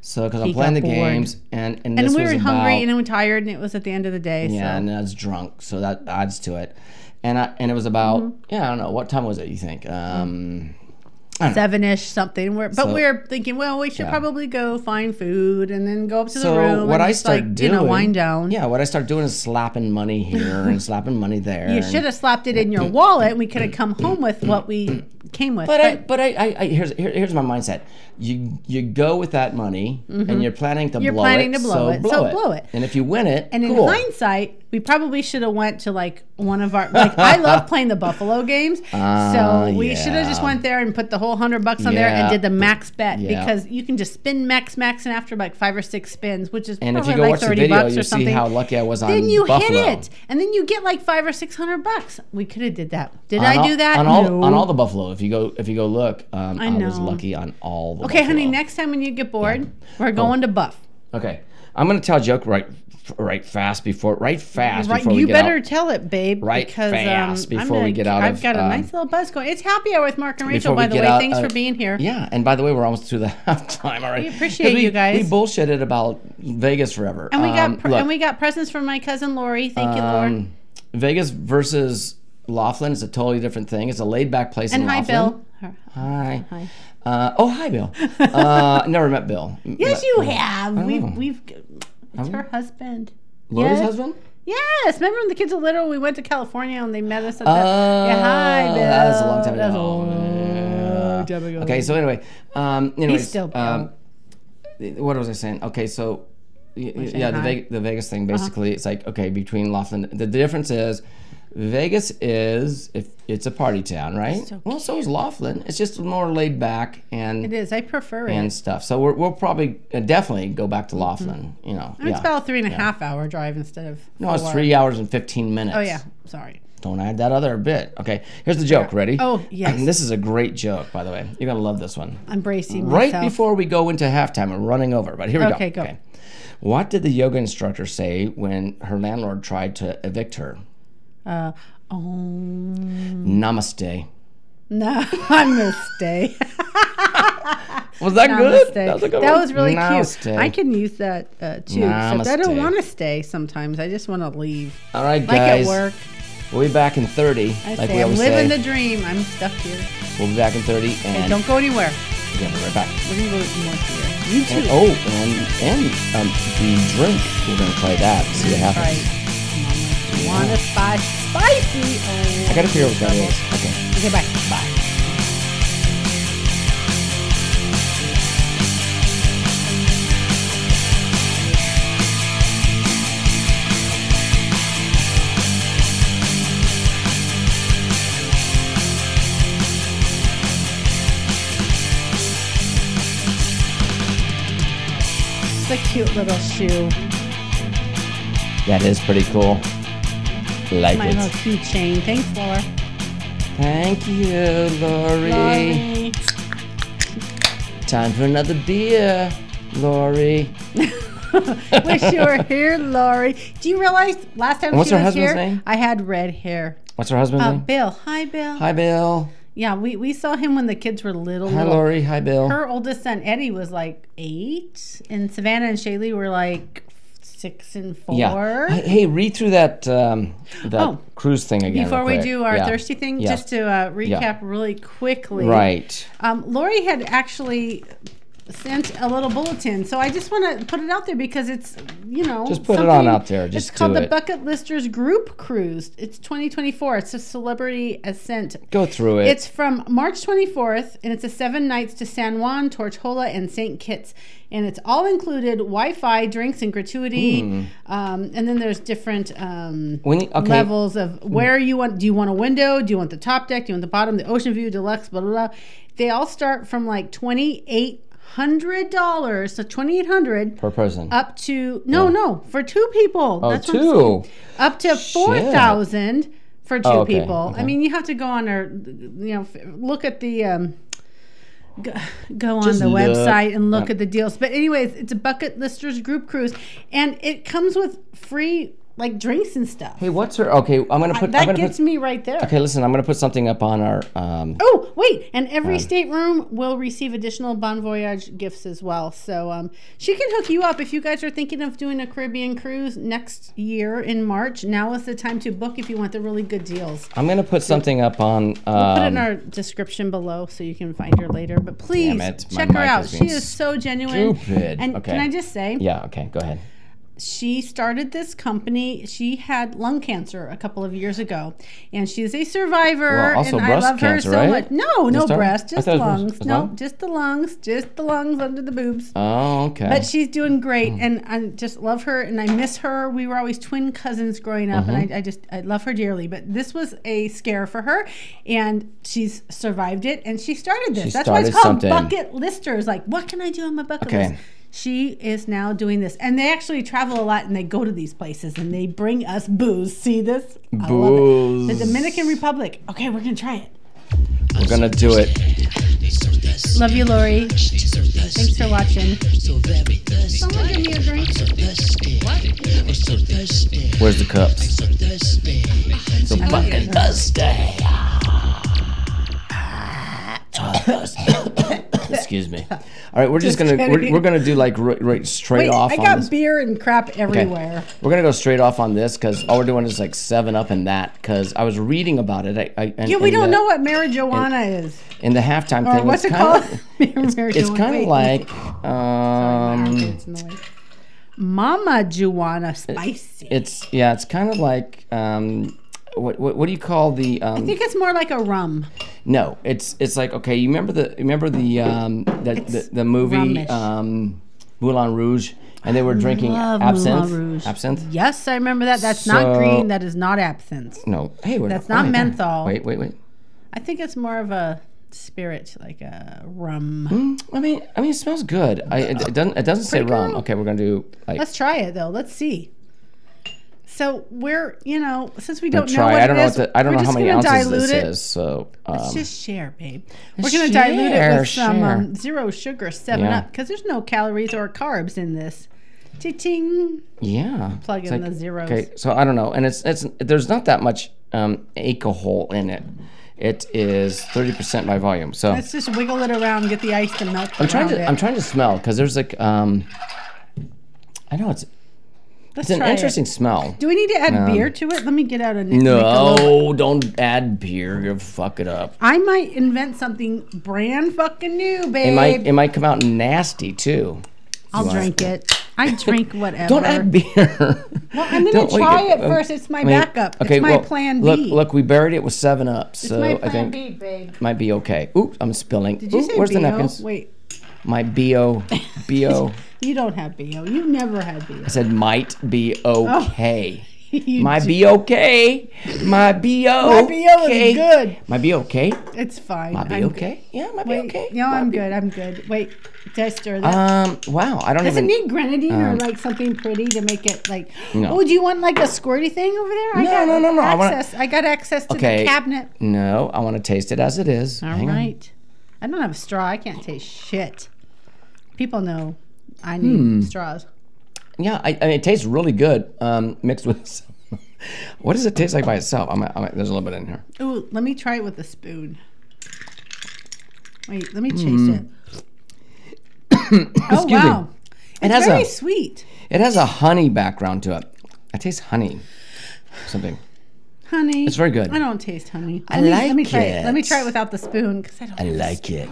Speaker 7: So because I'm
Speaker 8: Mm-hmm. He
Speaker 7: playing the
Speaker 8: got bored.
Speaker 7: games and and,
Speaker 8: And
Speaker 7: this
Speaker 8: we were
Speaker 7: was
Speaker 8: hungry
Speaker 7: about,
Speaker 8: and then we tired and it was at the end of the day.
Speaker 7: yeah,
Speaker 8: so.
Speaker 7: and I was drunk, so that adds to it. And I and it was about
Speaker 8: Mm-hmm.
Speaker 7: yeah, I don't know what time was it? You think? Um,
Speaker 8: Seven ish something. We're, but
Speaker 7: So-
Speaker 8: we're thinking, well, we should
Speaker 7: Yeah.
Speaker 8: probably go find food and then go up to the
Speaker 7: so
Speaker 8: room.
Speaker 7: what
Speaker 8: and
Speaker 7: I
Speaker 8: just,
Speaker 7: start
Speaker 8: like,
Speaker 7: doing,
Speaker 8: you know, wind down.
Speaker 7: Yeah, what I start doing is slapping money here and slapping money there.
Speaker 8: You
Speaker 7: and-
Speaker 8: should have slapped it in your wallet. and We could have come home with what we came with.
Speaker 7: But I, but I, I, I here's here, here's my mindset. You you go with that money, and you're planning to
Speaker 8: Mm-hmm. You're
Speaker 7: blow
Speaker 8: planning
Speaker 7: it.
Speaker 8: to blow
Speaker 7: so
Speaker 8: it,
Speaker 7: blow
Speaker 8: so
Speaker 7: it.
Speaker 8: blow it.
Speaker 7: And if you win it,
Speaker 8: And
Speaker 7: cool.
Speaker 8: in hindsight, we probably should have went to like one of our like I love playing the Buffalo games,
Speaker 7: Ah,
Speaker 8: so we should have just
Speaker 7: yeah.
Speaker 8: went there and put the whole hundred bucks on there
Speaker 7: Yeah.
Speaker 8: and did the max bet
Speaker 7: Yeah.
Speaker 8: because you can just spin max max and after like five or six spins, which is
Speaker 7: And if
Speaker 8: probably
Speaker 7: you go
Speaker 8: like
Speaker 7: watch the
Speaker 8: thirty
Speaker 7: video,
Speaker 8: bucks
Speaker 7: you
Speaker 8: or something.
Speaker 7: see how lucky I was on
Speaker 8: then you
Speaker 7: Buffalo.
Speaker 8: hit it, and then you get like five or six hundred bucks. We could have did that. Did
Speaker 7: On
Speaker 8: I
Speaker 7: all-
Speaker 8: do that?
Speaker 7: on all
Speaker 8: No.
Speaker 7: on all the Buffalo. If you go if you go look, um, I,
Speaker 8: I
Speaker 7: was
Speaker 8: know.
Speaker 7: lucky on all the.
Speaker 8: okay, honey.
Speaker 7: Buffalo.
Speaker 8: Next time when you get bored, we're going to Buff.
Speaker 7: Okay, I'm gonna tell a joke right f- right fast before right fast
Speaker 8: Right,
Speaker 7: before we
Speaker 8: you
Speaker 7: get
Speaker 8: better
Speaker 7: out.
Speaker 8: tell it, babe.
Speaker 7: Right
Speaker 8: because,
Speaker 7: fast
Speaker 8: um, I'm
Speaker 7: before
Speaker 8: gonna,
Speaker 7: we get out
Speaker 8: I've
Speaker 7: of,
Speaker 8: got a
Speaker 7: um,
Speaker 8: nice little buzz going. It's happy hour with Mark and
Speaker 7: before
Speaker 8: Rachel.
Speaker 7: we
Speaker 8: By the
Speaker 7: get
Speaker 8: way,
Speaker 7: out,
Speaker 8: thanks
Speaker 7: uh,
Speaker 8: for being here.
Speaker 7: Yeah, and by the way, we're almost through the halftime already.
Speaker 8: We
Speaker 7: 'Cause
Speaker 8: appreciate
Speaker 7: we-
Speaker 8: you guys.
Speaker 7: We bullshitted about Vegas forever.
Speaker 8: And we
Speaker 7: Um,
Speaker 8: got pre-
Speaker 7: look,
Speaker 8: and we got presents from my cousin Lori. Thank you, Lord.
Speaker 7: um, Vegas versus Laughlin is a totally different thing. It's a laid back place
Speaker 8: And
Speaker 7: in
Speaker 8: hi,
Speaker 7: Laughlin.
Speaker 8: Bill.
Speaker 7: Hi. Uh, oh, hi, Bill. uh, never met Bill.
Speaker 8: Yes,
Speaker 7: But-
Speaker 8: you have. We've
Speaker 7: know.
Speaker 8: we've. It's
Speaker 7: Oh.
Speaker 8: her husband.
Speaker 7: Lori's
Speaker 8: yes.
Speaker 7: husband?
Speaker 8: Yes, remember when the kids were little? We went to California and they met us at the.
Speaker 7: Oh,
Speaker 8: Uh, yeah, hi, Bill.
Speaker 7: That was a long time ago.
Speaker 8: That was a long time ago.
Speaker 7: Okay, so anyway, um, anyways,
Speaker 8: still Bill.
Speaker 7: um, what was I saying? Okay, so y- y- yeah, the,
Speaker 8: hi.
Speaker 7: Vegas, the Vegas
Speaker 8: Uh-huh.
Speaker 7: thing basically, it's like okay, between Laughlin, the difference is. Vegas is if it's a party town, right? well, so is Laughlin. It's just more laid back and
Speaker 8: It is. I prefer it.
Speaker 7: and stuff. So we're, we'll probably uh, definitely go back to Laughlin. You know, yeah.
Speaker 8: It's about a three Mm-hmm. and a half hour drive instead of.
Speaker 7: no, it's three hours and fifteen minutes.
Speaker 8: Oh yeah, sorry.
Speaker 7: Don't add that other bit. Okay, here's the joke. Ready?
Speaker 8: Oh, yes.
Speaker 7: this is a great joke, by the way. You're gonna love this one.
Speaker 8: I'm bracing
Speaker 7: Right
Speaker 8: myself.
Speaker 7: before we go into halftime, I'm running over, but here we
Speaker 8: Okay, go.
Speaker 7: go. What did the yoga instructor say when her landlord tried to evict her?
Speaker 8: Uh, um,
Speaker 7: Namaste.
Speaker 8: no, I'm gonna stay.
Speaker 7: Was that
Speaker 8: Namaste.
Speaker 7: good? That was, a good
Speaker 8: That
Speaker 7: one.
Speaker 8: was really
Speaker 7: Namaste.
Speaker 8: cute. I can use that uh, too. Except I
Speaker 7: Namaste.
Speaker 8: don't want to stay sometimes. I just want to leave.
Speaker 7: All right,
Speaker 8: Like
Speaker 7: guys.
Speaker 8: at work,
Speaker 7: We'll be back in 30.
Speaker 8: I
Speaker 7: like we
Speaker 8: say I'm
Speaker 7: always
Speaker 8: living
Speaker 7: say.
Speaker 8: the dream. I'm stuck here.
Speaker 7: we'll be back in 30,
Speaker 8: Hey,
Speaker 7: and
Speaker 8: don't go anywhere.
Speaker 7: we'll be right back.
Speaker 8: We're gonna go more here. You
Speaker 7: And,
Speaker 8: too.
Speaker 7: oh, and and um, the drink. We're gonna try that. See what happens.
Speaker 8: Right. Wanna spice spicy. Oh,
Speaker 7: I gotta figure out what that is. Okay.
Speaker 8: Okay, bye. Bye. It's a cute little shoe.
Speaker 7: That is pretty cool. Like
Speaker 8: My little
Speaker 7: it.
Speaker 8: keychain. Thanks, Laura.
Speaker 7: Thank you, Lori.
Speaker 8: Bye.
Speaker 7: Time for another beer, Lori.
Speaker 8: Wish you were here, Lori. Do you realize last time
Speaker 7: And what's
Speaker 8: she
Speaker 7: her
Speaker 8: was
Speaker 7: husband's
Speaker 8: here,
Speaker 7: name?
Speaker 8: I had red hair.
Speaker 7: What's her husband's
Speaker 8: Uh,
Speaker 7: name?
Speaker 8: Bill. Hi, Bill.
Speaker 7: Hi, Bill.
Speaker 8: Yeah, we, we saw him when the kids were little.
Speaker 7: Hi,
Speaker 8: little.
Speaker 7: Lori. Hi, Bill.
Speaker 8: Her oldest son, Eddie, was like eight, and Savannah and Shaylee were like six and four.
Speaker 7: yeah. Hey, hey, read through that um, that
Speaker 8: Oh.
Speaker 7: cruise thing again.
Speaker 8: Before
Speaker 7: real
Speaker 8: we
Speaker 7: quick.
Speaker 8: do our
Speaker 7: Yeah.
Speaker 8: thirsty thing,
Speaker 7: Yeah.
Speaker 8: just to uh, recap really quickly.
Speaker 7: right.
Speaker 8: Um, Lori had actually sent a little bulletin, so I just want to put it out there because it's you know
Speaker 7: Just put it on
Speaker 8: something-
Speaker 7: out there. Just
Speaker 8: it's called
Speaker 7: do
Speaker 8: the
Speaker 7: it.
Speaker 8: Bucket Listers Group Cruise. It's 2024. It's a celebrity ascent.
Speaker 7: Go through it.
Speaker 8: It's from March 24th, and it's a seven nights to San Juan, Tortola, and St. Kitts, and it's all included Wi-Fi, drinks, and gratuity. Um, and then there's different um,
Speaker 7: We need- Hmm. okay. Hmm.
Speaker 8: levels of where you want. Do you want a window? Do you want the top deck? Do you want the bottom? The ocean view, deluxe, blah blah. blah. They all start from like twenty eight hundred dollars, so twenty eight hundred
Speaker 7: per person.
Speaker 8: up to no no for two people.
Speaker 7: oh,
Speaker 8: That's what I'm
Speaker 7: two.
Speaker 8: up to four thousand for two
Speaker 7: Oh, okay,
Speaker 8: people.
Speaker 7: okay.
Speaker 8: I mean, you have to go on or you know f- look at the um, go, go on
Speaker 7: Just
Speaker 8: the
Speaker 7: look.
Speaker 8: website and look at the deals. But anyways, it's a bucket listers group cruise, and it comes with free like drinks and stuff.
Speaker 7: Hey, what's her? Okay, I'm gonna put. I'm
Speaker 8: Uh, that
Speaker 7: gonna
Speaker 8: gets
Speaker 7: put,
Speaker 8: me right there.
Speaker 7: Okay, listen, I'm gonna put something up on our um,
Speaker 8: Oh, wait. And every stateroom will receive additional Bon Voyage gifts as well. So um, she can hook you up if you guys are thinking of doing a Caribbean cruise next year in March. Now is the time to book if you want the really good deals.
Speaker 7: I'm gonna put something up on. Um,
Speaker 8: Put it in our description below so you can find her later. But please
Speaker 7: it, my
Speaker 8: check her
Speaker 7: mic
Speaker 8: out.
Speaker 7: is
Speaker 8: She
Speaker 7: being
Speaker 8: is so genuine.
Speaker 7: stupid.
Speaker 8: And
Speaker 7: Okay.
Speaker 8: can I just say,
Speaker 7: yeah. Okay. Go ahead.
Speaker 8: she started this company. She had lung cancer a couple of years ago, and she's a survivor.
Speaker 7: Well, also
Speaker 8: and
Speaker 7: breast
Speaker 8: I love
Speaker 7: cancer,
Speaker 8: her so
Speaker 7: right?
Speaker 8: much. No, no
Speaker 7: Just her?
Speaker 8: breast,
Speaker 7: I
Speaker 8: just
Speaker 7: thought it was-
Speaker 8: lungs.
Speaker 7: was
Speaker 8: no,
Speaker 7: lung?
Speaker 8: just the lungs, just the lungs under the boobs.
Speaker 7: Oh, okay.
Speaker 8: But she's doing
Speaker 7: Mm.
Speaker 8: great, and I just love her, and I miss her. We were always twin cousins growing up,
Speaker 7: Mm-hmm.
Speaker 8: and I, I just I love her dearly. But this was a scare for her, and she's survived it, and she started this.
Speaker 7: She
Speaker 8: That's why it's
Speaker 7: started
Speaker 8: called
Speaker 7: something.
Speaker 8: bucket listers. Like, what can I do on my bucket
Speaker 7: Okay.
Speaker 8: list? She is now doing this, and they actually travel a lot, and they go to these places, and they bring us booze. See this? I love it.
Speaker 7: Booze.
Speaker 8: The Dominican Republic. Okay, we're gonna try it.
Speaker 7: We're gonna do it.
Speaker 4: They serve that thirsty.
Speaker 8: Love you, Lori.
Speaker 4: So thirsty.
Speaker 8: Thanks for watching.
Speaker 4: So very thirsty.
Speaker 8: Someone give me a drink.
Speaker 4: So thirsty. What? Oh, so thirsty.
Speaker 7: Where's the cups?
Speaker 4: So thirsty.
Speaker 7: So fucking thirsty. So thirsty. Excuse me. All right, we're just,
Speaker 8: Just
Speaker 7: gonna we're,
Speaker 8: kidding.
Speaker 7: we're gonna do like right, right straight
Speaker 8: Wait,
Speaker 7: off
Speaker 8: I
Speaker 7: on
Speaker 8: got
Speaker 7: this.
Speaker 8: beer and crap
Speaker 7: Okay.
Speaker 8: everywhere.
Speaker 7: We're gonna go straight off on this because all we're doing is like seven up and that because I was reading about it. I, I, and,
Speaker 8: Yeah, we
Speaker 7: and uh,
Speaker 8: don't
Speaker 7: the,
Speaker 8: know what marijuana is
Speaker 7: in the halftime
Speaker 8: or
Speaker 7: thing.
Speaker 8: what's it
Speaker 7: it's
Speaker 8: called.
Speaker 7: Kinda,
Speaker 8: Marijuana.
Speaker 7: it's kind
Speaker 8: Wait.
Speaker 7: of like
Speaker 8: Sorry, my arm
Speaker 7: um,
Speaker 8: gets in the way. Mama Juana spicy.
Speaker 7: it's yeah, it's kind of like um, what, what what do you call the um,
Speaker 8: I think it's more like a rum.
Speaker 7: No, it's it's like okay. You remember the remember the um the the, the movie
Speaker 8: Rumish.
Speaker 7: um Moulin Rouge, and they were drinking
Speaker 8: Love
Speaker 7: absinthe.
Speaker 8: Moulin Rouge.
Speaker 7: Absinthe.
Speaker 8: Yes, I remember that. That's
Speaker 7: So-
Speaker 8: not green. That is not absinthe.
Speaker 7: No, hey, we're
Speaker 8: That's
Speaker 7: oh my
Speaker 8: not
Speaker 7: God.
Speaker 8: menthol.
Speaker 7: Wait, wait, wait.
Speaker 8: I think it's more of a spirit, like a rum.
Speaker 7: I mean, I mean, it smells good. I it, it doesn't it doesn't say
Speaker 8: Pretty
Speaker 7: rum.
Speaker 8: good.
Speaker 7: Okay, we're gonna do like
Speaker 8: Let's try it though. Let's see. So we're, you know, since we
Speaker 7: we're
Speaker 8: don't
Speaker 7: gonna
Speaker 8: know
Speaker 7: try.
Speaker 8: what
Speaker 7: I don't
Speaker 8: it
Speaker 7: know
Speaker 8: is,
Speaker 7: what the, I don't
Speaker 8: we're
Speaker 7: know how
Speaker 8: just
Speaker 7: many
Speaker 8: gonna
Speaker 7: ounces
Speaker 8: dilute
Speaker 7: this
Speaker 8: it.
Speaker 7: is. So um,
Speaker 8: Let's just share, babe. We're gonna
Speaker 7: share,
Speaker 8: dilute it with some
Speaker 7: share.
Speaker 8: um, zero sugar Seven
Speaker 7: Yeah.
Speaker 8: Up because there's no calories or carbs in this. Ting.
Speaker 7: yeah,
Speaker 8: Plug
Speaker 7: It's
Speaker 8: in the zeros.
Speaker 7: Okay, so I don't know, and it's it's there's not that much um alcohol in it. It is thirty percent by volume. So
Speaker 8: Let's just wiggle it around, get the ice to melt.
Speaker 7: I'm trying to
Speaker 8: It.
Speaker 7: I'm trying to smell because there's like um I know it's
Speaker 8: Let's
Speaker 7: it's an
Speaker 8: try it.
Speaker 7: interesting smell.
Speaker 8: Do we need to add beer to it? Let me get out a Nic- Michelob.
Speaker 7: No, don't add beer. You'll fuck it up.
Speaker 8: I might invent something brand fucking new, babe.
Speaker 7: It might it might come out nasty too.
Speaker 8: I'll
Speaker 7: wanna-
Speaker 8: drink it. I drink whatever.
Speaker 7: Don't add beer. Well,
Speaker 8: I'm gonna try it first. It's my backup. It's my plan
Speaker 7: Look,
Speaker 8: B.
Speaker 7: look, we buried it with Seven Up, so
Speaker 8: my
Speaker 7: I
Speaker 8: plan
Speaker 7: think
Speaker 8: B, babe.
Speaker 7: might be okay. Oops, I'm spilling.
Speaker 8: Did you
Speaker 7: Ooh,
Speaker 8: say
Speaker 7: where's the
Speaker 8: BO?
Speaker 7: napkins?
Speaker 8: Wait,
Speaker 7: My bo bo.
Speaker 8: you don't have bo. You never had bo.
Speaker 7: I said might be okay.
Speaker 8: Oh. You
Speaker 7: My
Speaker 8: do.
Speaker 7: be okay. My be okay.
Speaker 8: My BO is good.
Speaker 7: My be okay.
Speaker 8: It's fine.
Speaker 7: My be
Speaker 8: I'm
Speaker 7: okay. Yeah, my be
Speaker 8: Wait,
Speaker 7: okay.
Speaker 8: No,
Speaker 7: My
Speaker 8: I'm
Speaker 7: be-
Speaker 8: good. I'm good. Wait, did I stir that?
Speaker 7: Um. Wow. I don't
Speaker 8: Does it
Speaker 7: even.
Speaker 8: need grenadine or
Speaker 7: um,
Speaker 8: like something pretty to make it like?
Speaker 7: No.
Speaker 8: Oh, do you want like a squirty thing over there? I
Speaker 7: No,
Speaker 8: got
Speaker 7: no, no, no, I wanna-
Speaker 8: Access. I, got access to
Speaker 7: Okay.
Speaker 8: the cabinet.
Speaker 7: no, I want to taste it as it is.
Speaker 8: All
Speaker 7: Hang on.
Speaker 8: right. I don't have a straw. I can't taste shit. People know I need
Speaker 7: Hmm.
Speaker 8: straws.
Speaker 7: Yeah. I, I mean, it tastes really good. Um. Mixed with. what does it taste like by itself? I'm, I'm. There's a little bit in here.
Speaker 8: Ooh, let me try it with a spoon. Wait, let me chase it. oh
Speaker 7: Hmm. Excuse me.
Speaker 8: wow,
Speaker 7: It
Speaker 8: it's
Speaker 7: has
Speaker 8: very
Speaker 7: a.
Speaker 8: sweet,
Speaker 7: It has a honey background to it. I taste honey. Something.
Speaker 8: honey.
Speaker 7: It's very good.
Speaker 8: I don't taste honey.
Speaker 7: I
Speaker 8: let me,
Speaker 7: like
Speaker 8: let me try it. Let me
Speaker 7: it.
Speaker 8: try it without the spoon because I don't.
Speaker 7: I like it.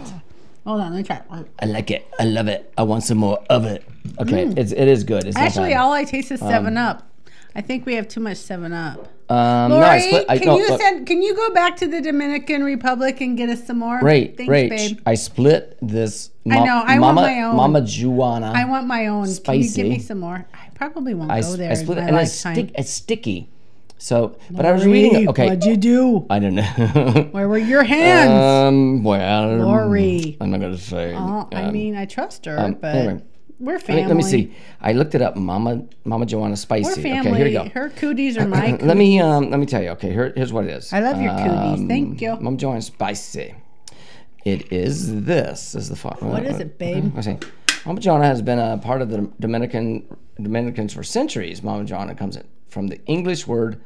Speaker 8: Hold on, let me try it.
Speaker 7: I like it. I love it. I want some more of it. Okay. It's. It is good. It's not
Speaker 8: Mm. Actually,
Speaker 7: bad.
Speaker 8: all I taste is Seven Up. I think we have too much Seven Up.
Speaker 7: Um,
Speaker 8: Lori,
Speaker 7: no, I split. I,
Speaker 8: can
Speaker 7: no,
Speaker 8: you
Speaker 7: look,
Speaker 8: send? Can you go back to the Dominican Republic and get us some more?
Speaker 7: Right,
Speaker 8: Thanks,
Speaker 7: right.
Speaker 8: babe.
Speaker 7: I split this.
Speaker 8: I know, I want
Speaker 7: Mama,
Speaker 8: my own.
Speaker 7: Mama Juana.
Speaker 8: I want my own. Can you
Speaker 7: Spicy.
Speaker 8: give me some more? I probably won't
Speaker 7: I,
Speaker 8: go
Speaker 7: s-
Speaker 8: there
Speaker 7: I split
Speaker 8: in
Speaker 7: it,
Speaker 8: my
Speaker 7: and it's,
Speaker 8: lifetime.
Speaker 7: stick, it's sticky. So, but I was reading.
Speaker 8: Hey,
Speaker 7: Okay,
Speaker 8: What'd you do?
Speaker 7: I don't know.
Speaker 8: Where were your hands?
Speaker 7: um, well,
Speaker 8: Lori.
Speaker 7: I'm not gonna say.
Speaker 8: Oh, I
Speaker 7: um,
Speaker 8: mean, I trust her,
Speaker 7: um,
Speaker 8: but
Speaker 7: anyway.
Speaker 8: we're family.
Speaker 7: wait, let me see. I looked it up. Mama, Mama Juana
Speaker 8: We're
Speaker 7: spicy.
Speaker 8: family.
Speaker 7: Okay, here you go. Uh,
Speaker 8: Her cooties are my cooties.
Speaker 7: let me um, let me tell you. Okay, here, here's what it is.
Speaker 8: I love your cooties. Thank you.
Speaker 7: Mama Juana spicy. It is this. Is the fun?
Speaker 8: What is it, babe?
Speaker 7: I say, Mama John has been a part of the Dominican Dominicans for centuries. Mama John comes from the English word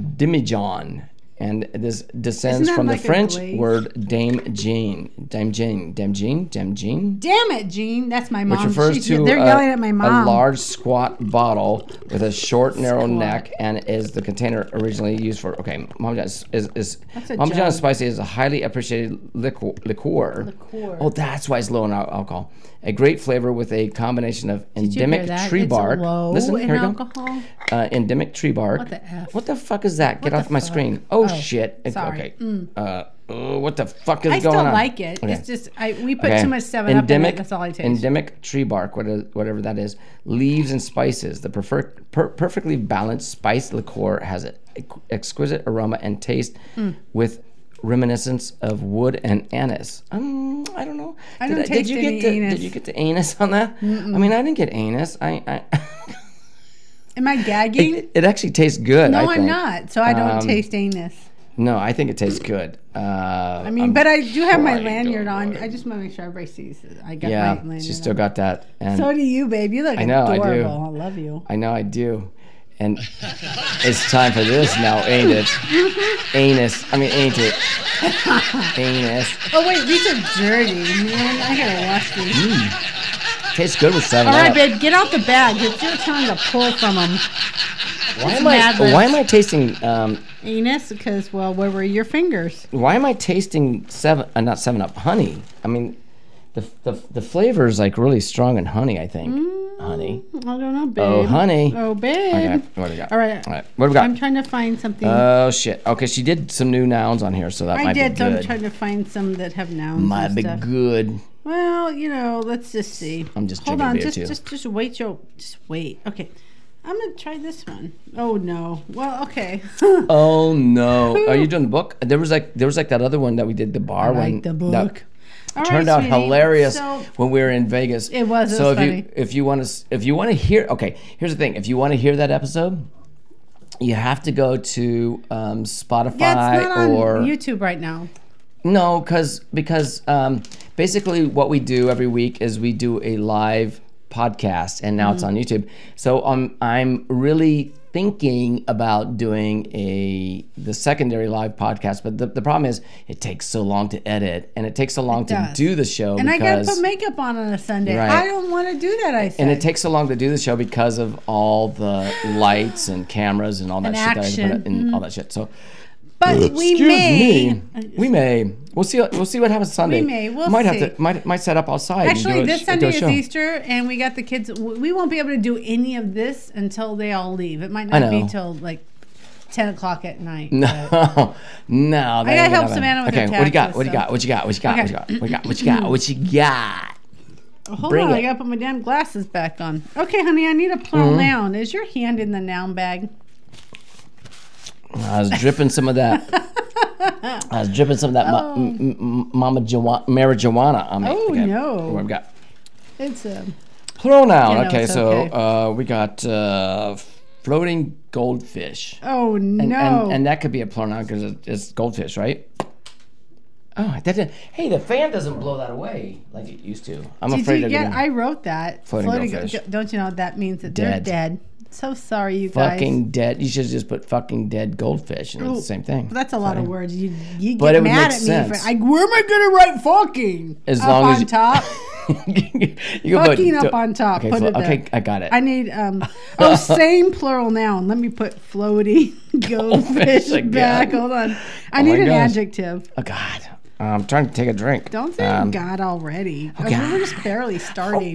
Speaker 7: demijohn, and this descends
Speaker 8: Isn't that
Speaker 7: from
Speaker 8: like
Speaker 7: the
Speaker 8: a
Speaker 7: French
Speaker 8: glaze?
Speaker 7: word dame Jean, dame Jean, dame Jean, dame Jean,
Speaker 8: Damn it, Jean. That's my mom.
Speaker 7: which refers
Speaker 8: She's-
Speaker 7: to
Speaker 8: they're
Speaker 7: a,
Speaker 8: yelling at my
Speaker 7: a
Speaker 8: mom.
Speaker 7: large squat bottle with a short, narrow
Speaker 8: Squat.
Speaker 7: neck, and is the container originally used for. Okay, Mama John is, is, is
Speaker 8: That's a
Speaker 7: Mama John's
Speaker 8: jug.
Speaker 7: spicy is a highly appreciated liquor. Liquor.
Speaker 8: Liqueur.
Speaker 7: Oh, that's why it's low in al- alcohol. A great flavor with a combination of
Speaker 8: Did you hear
Speaker 7: endemic
Speaker 8: that?
Speaker 7: tree
Speaker 8: It's
Speaker 7: bark.
Speaker 8: Low
Speaker 7: Listen,
Speaker 8: in
Speaker 7: here we go.
Speaker 8: alcohol.
Speaker 7: Uh, endemic tree bark. What
Speaker 8: the F?
Speaker 7: What the fuck is that? Get
Speaker 8: the
Speaker 7: off my
Speaker 8: fuck?
Speaker 7: screen. Oh,
Speaker 8: Oh,
Speaker 7: shit. It-
Speaker 8: sorry. Mm.
Speaker 7: Okay. Uh, oh, what the fuck is
Speaker 8: I
Speaker 7: going
Speaker 8: still
Speaker 7: on?
Speaker 8: like it.
Speaker 7: Okay.
Speaker 8: It's just I we put
Speaker 7: Okay.
Speaker 8: too much Seven Up in it. That's all I taste.
Speaker 7: Endemic tree bark, whatever, whatever that is, leaves and spices. The prefer, per, perfectly balanced spiced liqueur has an ex- exquisite aroma and taste
Speaker 8: Hmm.
Speaker 7: with reminiscence of wood and anise. Um, I don't know. I
Speaker 8: don't
Speaker 7: did,
Speaker 8: taste
Speaker 7: you
Speaker 8: any
Speaker 7: get the, Did
Speaker 8: anise.
Speaker 7: you get the anus on that? I mean, I didn't get anus. I, I
Speaker 8: Am I gagging?
Speaker 7: it, it actually tastes good.
Speaker 8: no,
Speaker 7: I
Speaker 8: I'm
Speaker 7: think.
Speaker 8: not. So I don't
Speaker 7: Um,
Speaker 8: taste anus.
Speaker 7: No, I think it tastes good. Uh,
Speaker 8: I mean, but I do have my
Speaker 7: trying to
Speaker 8: lanyard on.
Speaker 7: avoid
Speaker 8: I just want to make sure everybody sees it. I got my
Speaker 7: um, yeah,
Speaker 8: lanyard.
Speaker 7: she still
Speaker 8: on.
Speaker 7: got that. And
Speaker 8: So do you, babe. You look
Speaker 7: I know, I do.
Speaker 8: adorable. I love you.
Speaker 7: I know I do. And it's time for this now, ain't it? Anus. I mean, ain't it? Anus.
Speaker 8: Oh wait, these are dirty, man. I gotta wash these.
Speaker 7: Tastes good with 7
Speaker 8: All right,
Speaker 7: Up.
Speaker 8: babe, get out the bag. It's your turn to pull from them.
Speaker 7: Why am I?
Speaker 8: Mad Libs.
Speaker 7: Why am I tasting? Um,
Speaker 8: Anus, because well, where were your fingers?
Speaker 7: why am I tasting seven? Uh, not seven up, honey. I mean, the the the flavor is like really strong in honey. I think honey.
Speaker 8: I don't know, Mm, babe.
Speaker 7: Oh, honey.
Speaker 8: Oh, babe.
Speaker 7: Okay, what do we got?
Speaker 8: All right.
Speaker 7: All right, what do we got?
Speaker 8: I'm trying to find something.
Speaker 7: oh shit. Okay, she did some new nouns on here, so that
Speaker 8: I
Speaker 7: might
Speaker 8: did.
Speaker 7: be
Speaker 8: So
Speaker 7: good.
Speaker 8: I'm trying to find some that have nouns.
Speaker 7: might
Speaker 8: and
Speaker 7: be
Speaker 8: stuff.
Speaker 7: good.
Speaker 8: Well, you know, let's just see.
Speaker 7: I'm just
Speaker 8: hold
Speaker 7: drinking
Speaker 8: on.
Speaker 7: beer,
Speaker 8: just,
Speaker 7: too.
Speaker 8: just, just wait, Joe. Just wait. Okay, I'm gonna try this one. Oh no. Well, okay.
Speaker 7: Oh no. Are you doing the book? There was like there was like that other one that we did the bar
Speaker 8: I
Speaker 7: one.
Speaker 8: like the
Speaker 7: that-
Speaker 8: book. All right,
Speaker 7: turned out
Speaker 8: sweetie.
Speaker 7: hilarious
Speaker 8: So,
Speaker 7: when we were in Vegas.
Speaker 8: It was, it
Speaker 7: so
Speaker 8: was
Speaker 7: if
Speaker 8: funny.
Speaker 7: you if you want to if you want to hear okay, here's the thing. If you want to hear that episode, you have to go to um, Spotify
Speaker 8: yeah, it's not on
Speaker 7: or
Speaker 8: YouTube right now.
Speaker 7: no, because because um, basically what we do every week is we do a live podcast, and now it's
Speaker 8: Mm.
Speaker 7: on YouTube. So um, I'm really thinking about doing a the secondary live podcast, but the, the problem is it takes so long to edit, and it takes so long to
Speaker 8: does.
Speaker 7: do the show.
Speaker 8: And I gotta
Speaker 7: because,
Speaker 8: put makeup on on a Sunday.
Speaker 7: Right.
Speaker 8: I don't want to do that. I said.
Speaker 7: and it takes so long to do the show because of all the lights and cameras and all that
Speaker 8: And
Speaker 7: shit that I
Speaker 8: action. Mm-hmm.
Speaker 7: put and all that shit. So
Speaker 8: but we
Speaker 7: excuse
Speaker 8: may.
Speaker 7: me, we may. We'll see. We'll see what happens Sunday.
Speaker 8: may. We'll
Speaker 7: might
Speaker 8: see.
Speaker 7: have to. Might might set up outside.
Speaker 8: Actually,
Speaker 7: and do a,
Speaker 8: this
Speaker 7: sh- do
Speaker 8: Sunday
Speaker 7: a
Speaker 8: is
Speaker 7: show.
Speaker 8: Easter, and we got the kids. w- We won't be able to do any of this until they all leave. It might
Speaker 7: I
Speaker 8: not be
Speaker 7: know.
Speaker 8: till like ten o'clock at night.
Speaker 7: No, no. that
Speaker 8: I gotta
Speaker 7: ain't
Speaker 8: help
Speaker 7: gonna
Speaker 8: Savannah with
Speaker 7: happen.
Speaker 8: her
Speaker 7: Okay, what do you got?
Speaker 8: taxes,
Speaker 7: What do you
Speaker 8: so.
Speaker 7: got? What you got? What you got? What you got? What you got? What you got? What you got?
Speaker 8: Hold
Speaker 7: Bring
Speaker 8: on, I
Speaker 7: it.
Speaker 8: gotta put my damn glasses back on. Okay, honey, I need a plural
Speaker 7: Mm-hmm.
Speaker 8: noun. Is your hand in the noun bag?
Speaker 7: I was dripping some of that. I was dripping some of that ma- m- m- m- mama Joa- marijuana on me.
Speaker 8: Oh,
Speaker 7: Okay,
Speaker 8: no.
Speaker 7: What we got?
Speaker 8: It's a
Speaker 7: Pronoun.
Speaker 8: You know,
Speaker 7: okay,
Speaker 8: it's
Speaker 7: so
Speaker 8: okay.
Speaker 7: Uh, we got uh, floating goldfish.
Speaker 8: oh
Speaker 7: And,
Speaker 8: no.
Speaker 7: and, and that could be a pronoun because it's goldfish, right? Oh, that did, hey, the fan doesn't blow that away like it used to. I'm
Speaker 8: Did
Speaker 7: afraid
Speaker 8: you
Speaker 7: of
Speaker 8: get?
Speaker 7: getting
Speaker 8: I wrote that.
Speaker 7: Floating
Speaker 8: go-
Speaker 7: goldfish.
Speaker 8: Don't you know that means that
Speaker 7: Dead.
Speaker 8: they're dead? So sorry, you guys.
Speaker 7: fucking dead. You should just put fucking dead goldfish, and it's
Speaker 8: Ooh,
Speaker 7: the same thing.
Speaker 8: That's a lot of words. You, you get
Speaker 7: But it would
Speaker 8: mad
Speaker 7: make
Speaker 8: at me
Speaker 7: sense.
Speaker 8: for. I, where am I gonna write fucking?
Speaker 7: As
Speaker 8: up
Speaker 7: long
Speaker 8: on
Speaker 7: as you-
Speaker 8: top.
Speaker 7: you
Speaker 8: fucking
Speaker 7: do-
Speaker 8: up on top.
Speaker 7: Okay,
Speaker 8: Put
Speaker 7: flo-
Speaker 8: it there.
Speaker 7: okay, I got it.
Speaker 8: I need um oh same plural noun. Let me put floaty goldfish
Speaker 7: Goldfish Oh, again. Oh
Speaker 8: back. Hold on.
Speaker 7: my
Speaker 8: I need an
Speaker 7: gosh.
Speaker 8: adjective.
Speaker 7: oh God, I'm trying to take a drink.
Speaker 8: Don't say
Speaker 7: Um,
Speaker 8: God already. Oh,
Speaker 7: God.
Speaker 8: We're just barely starting.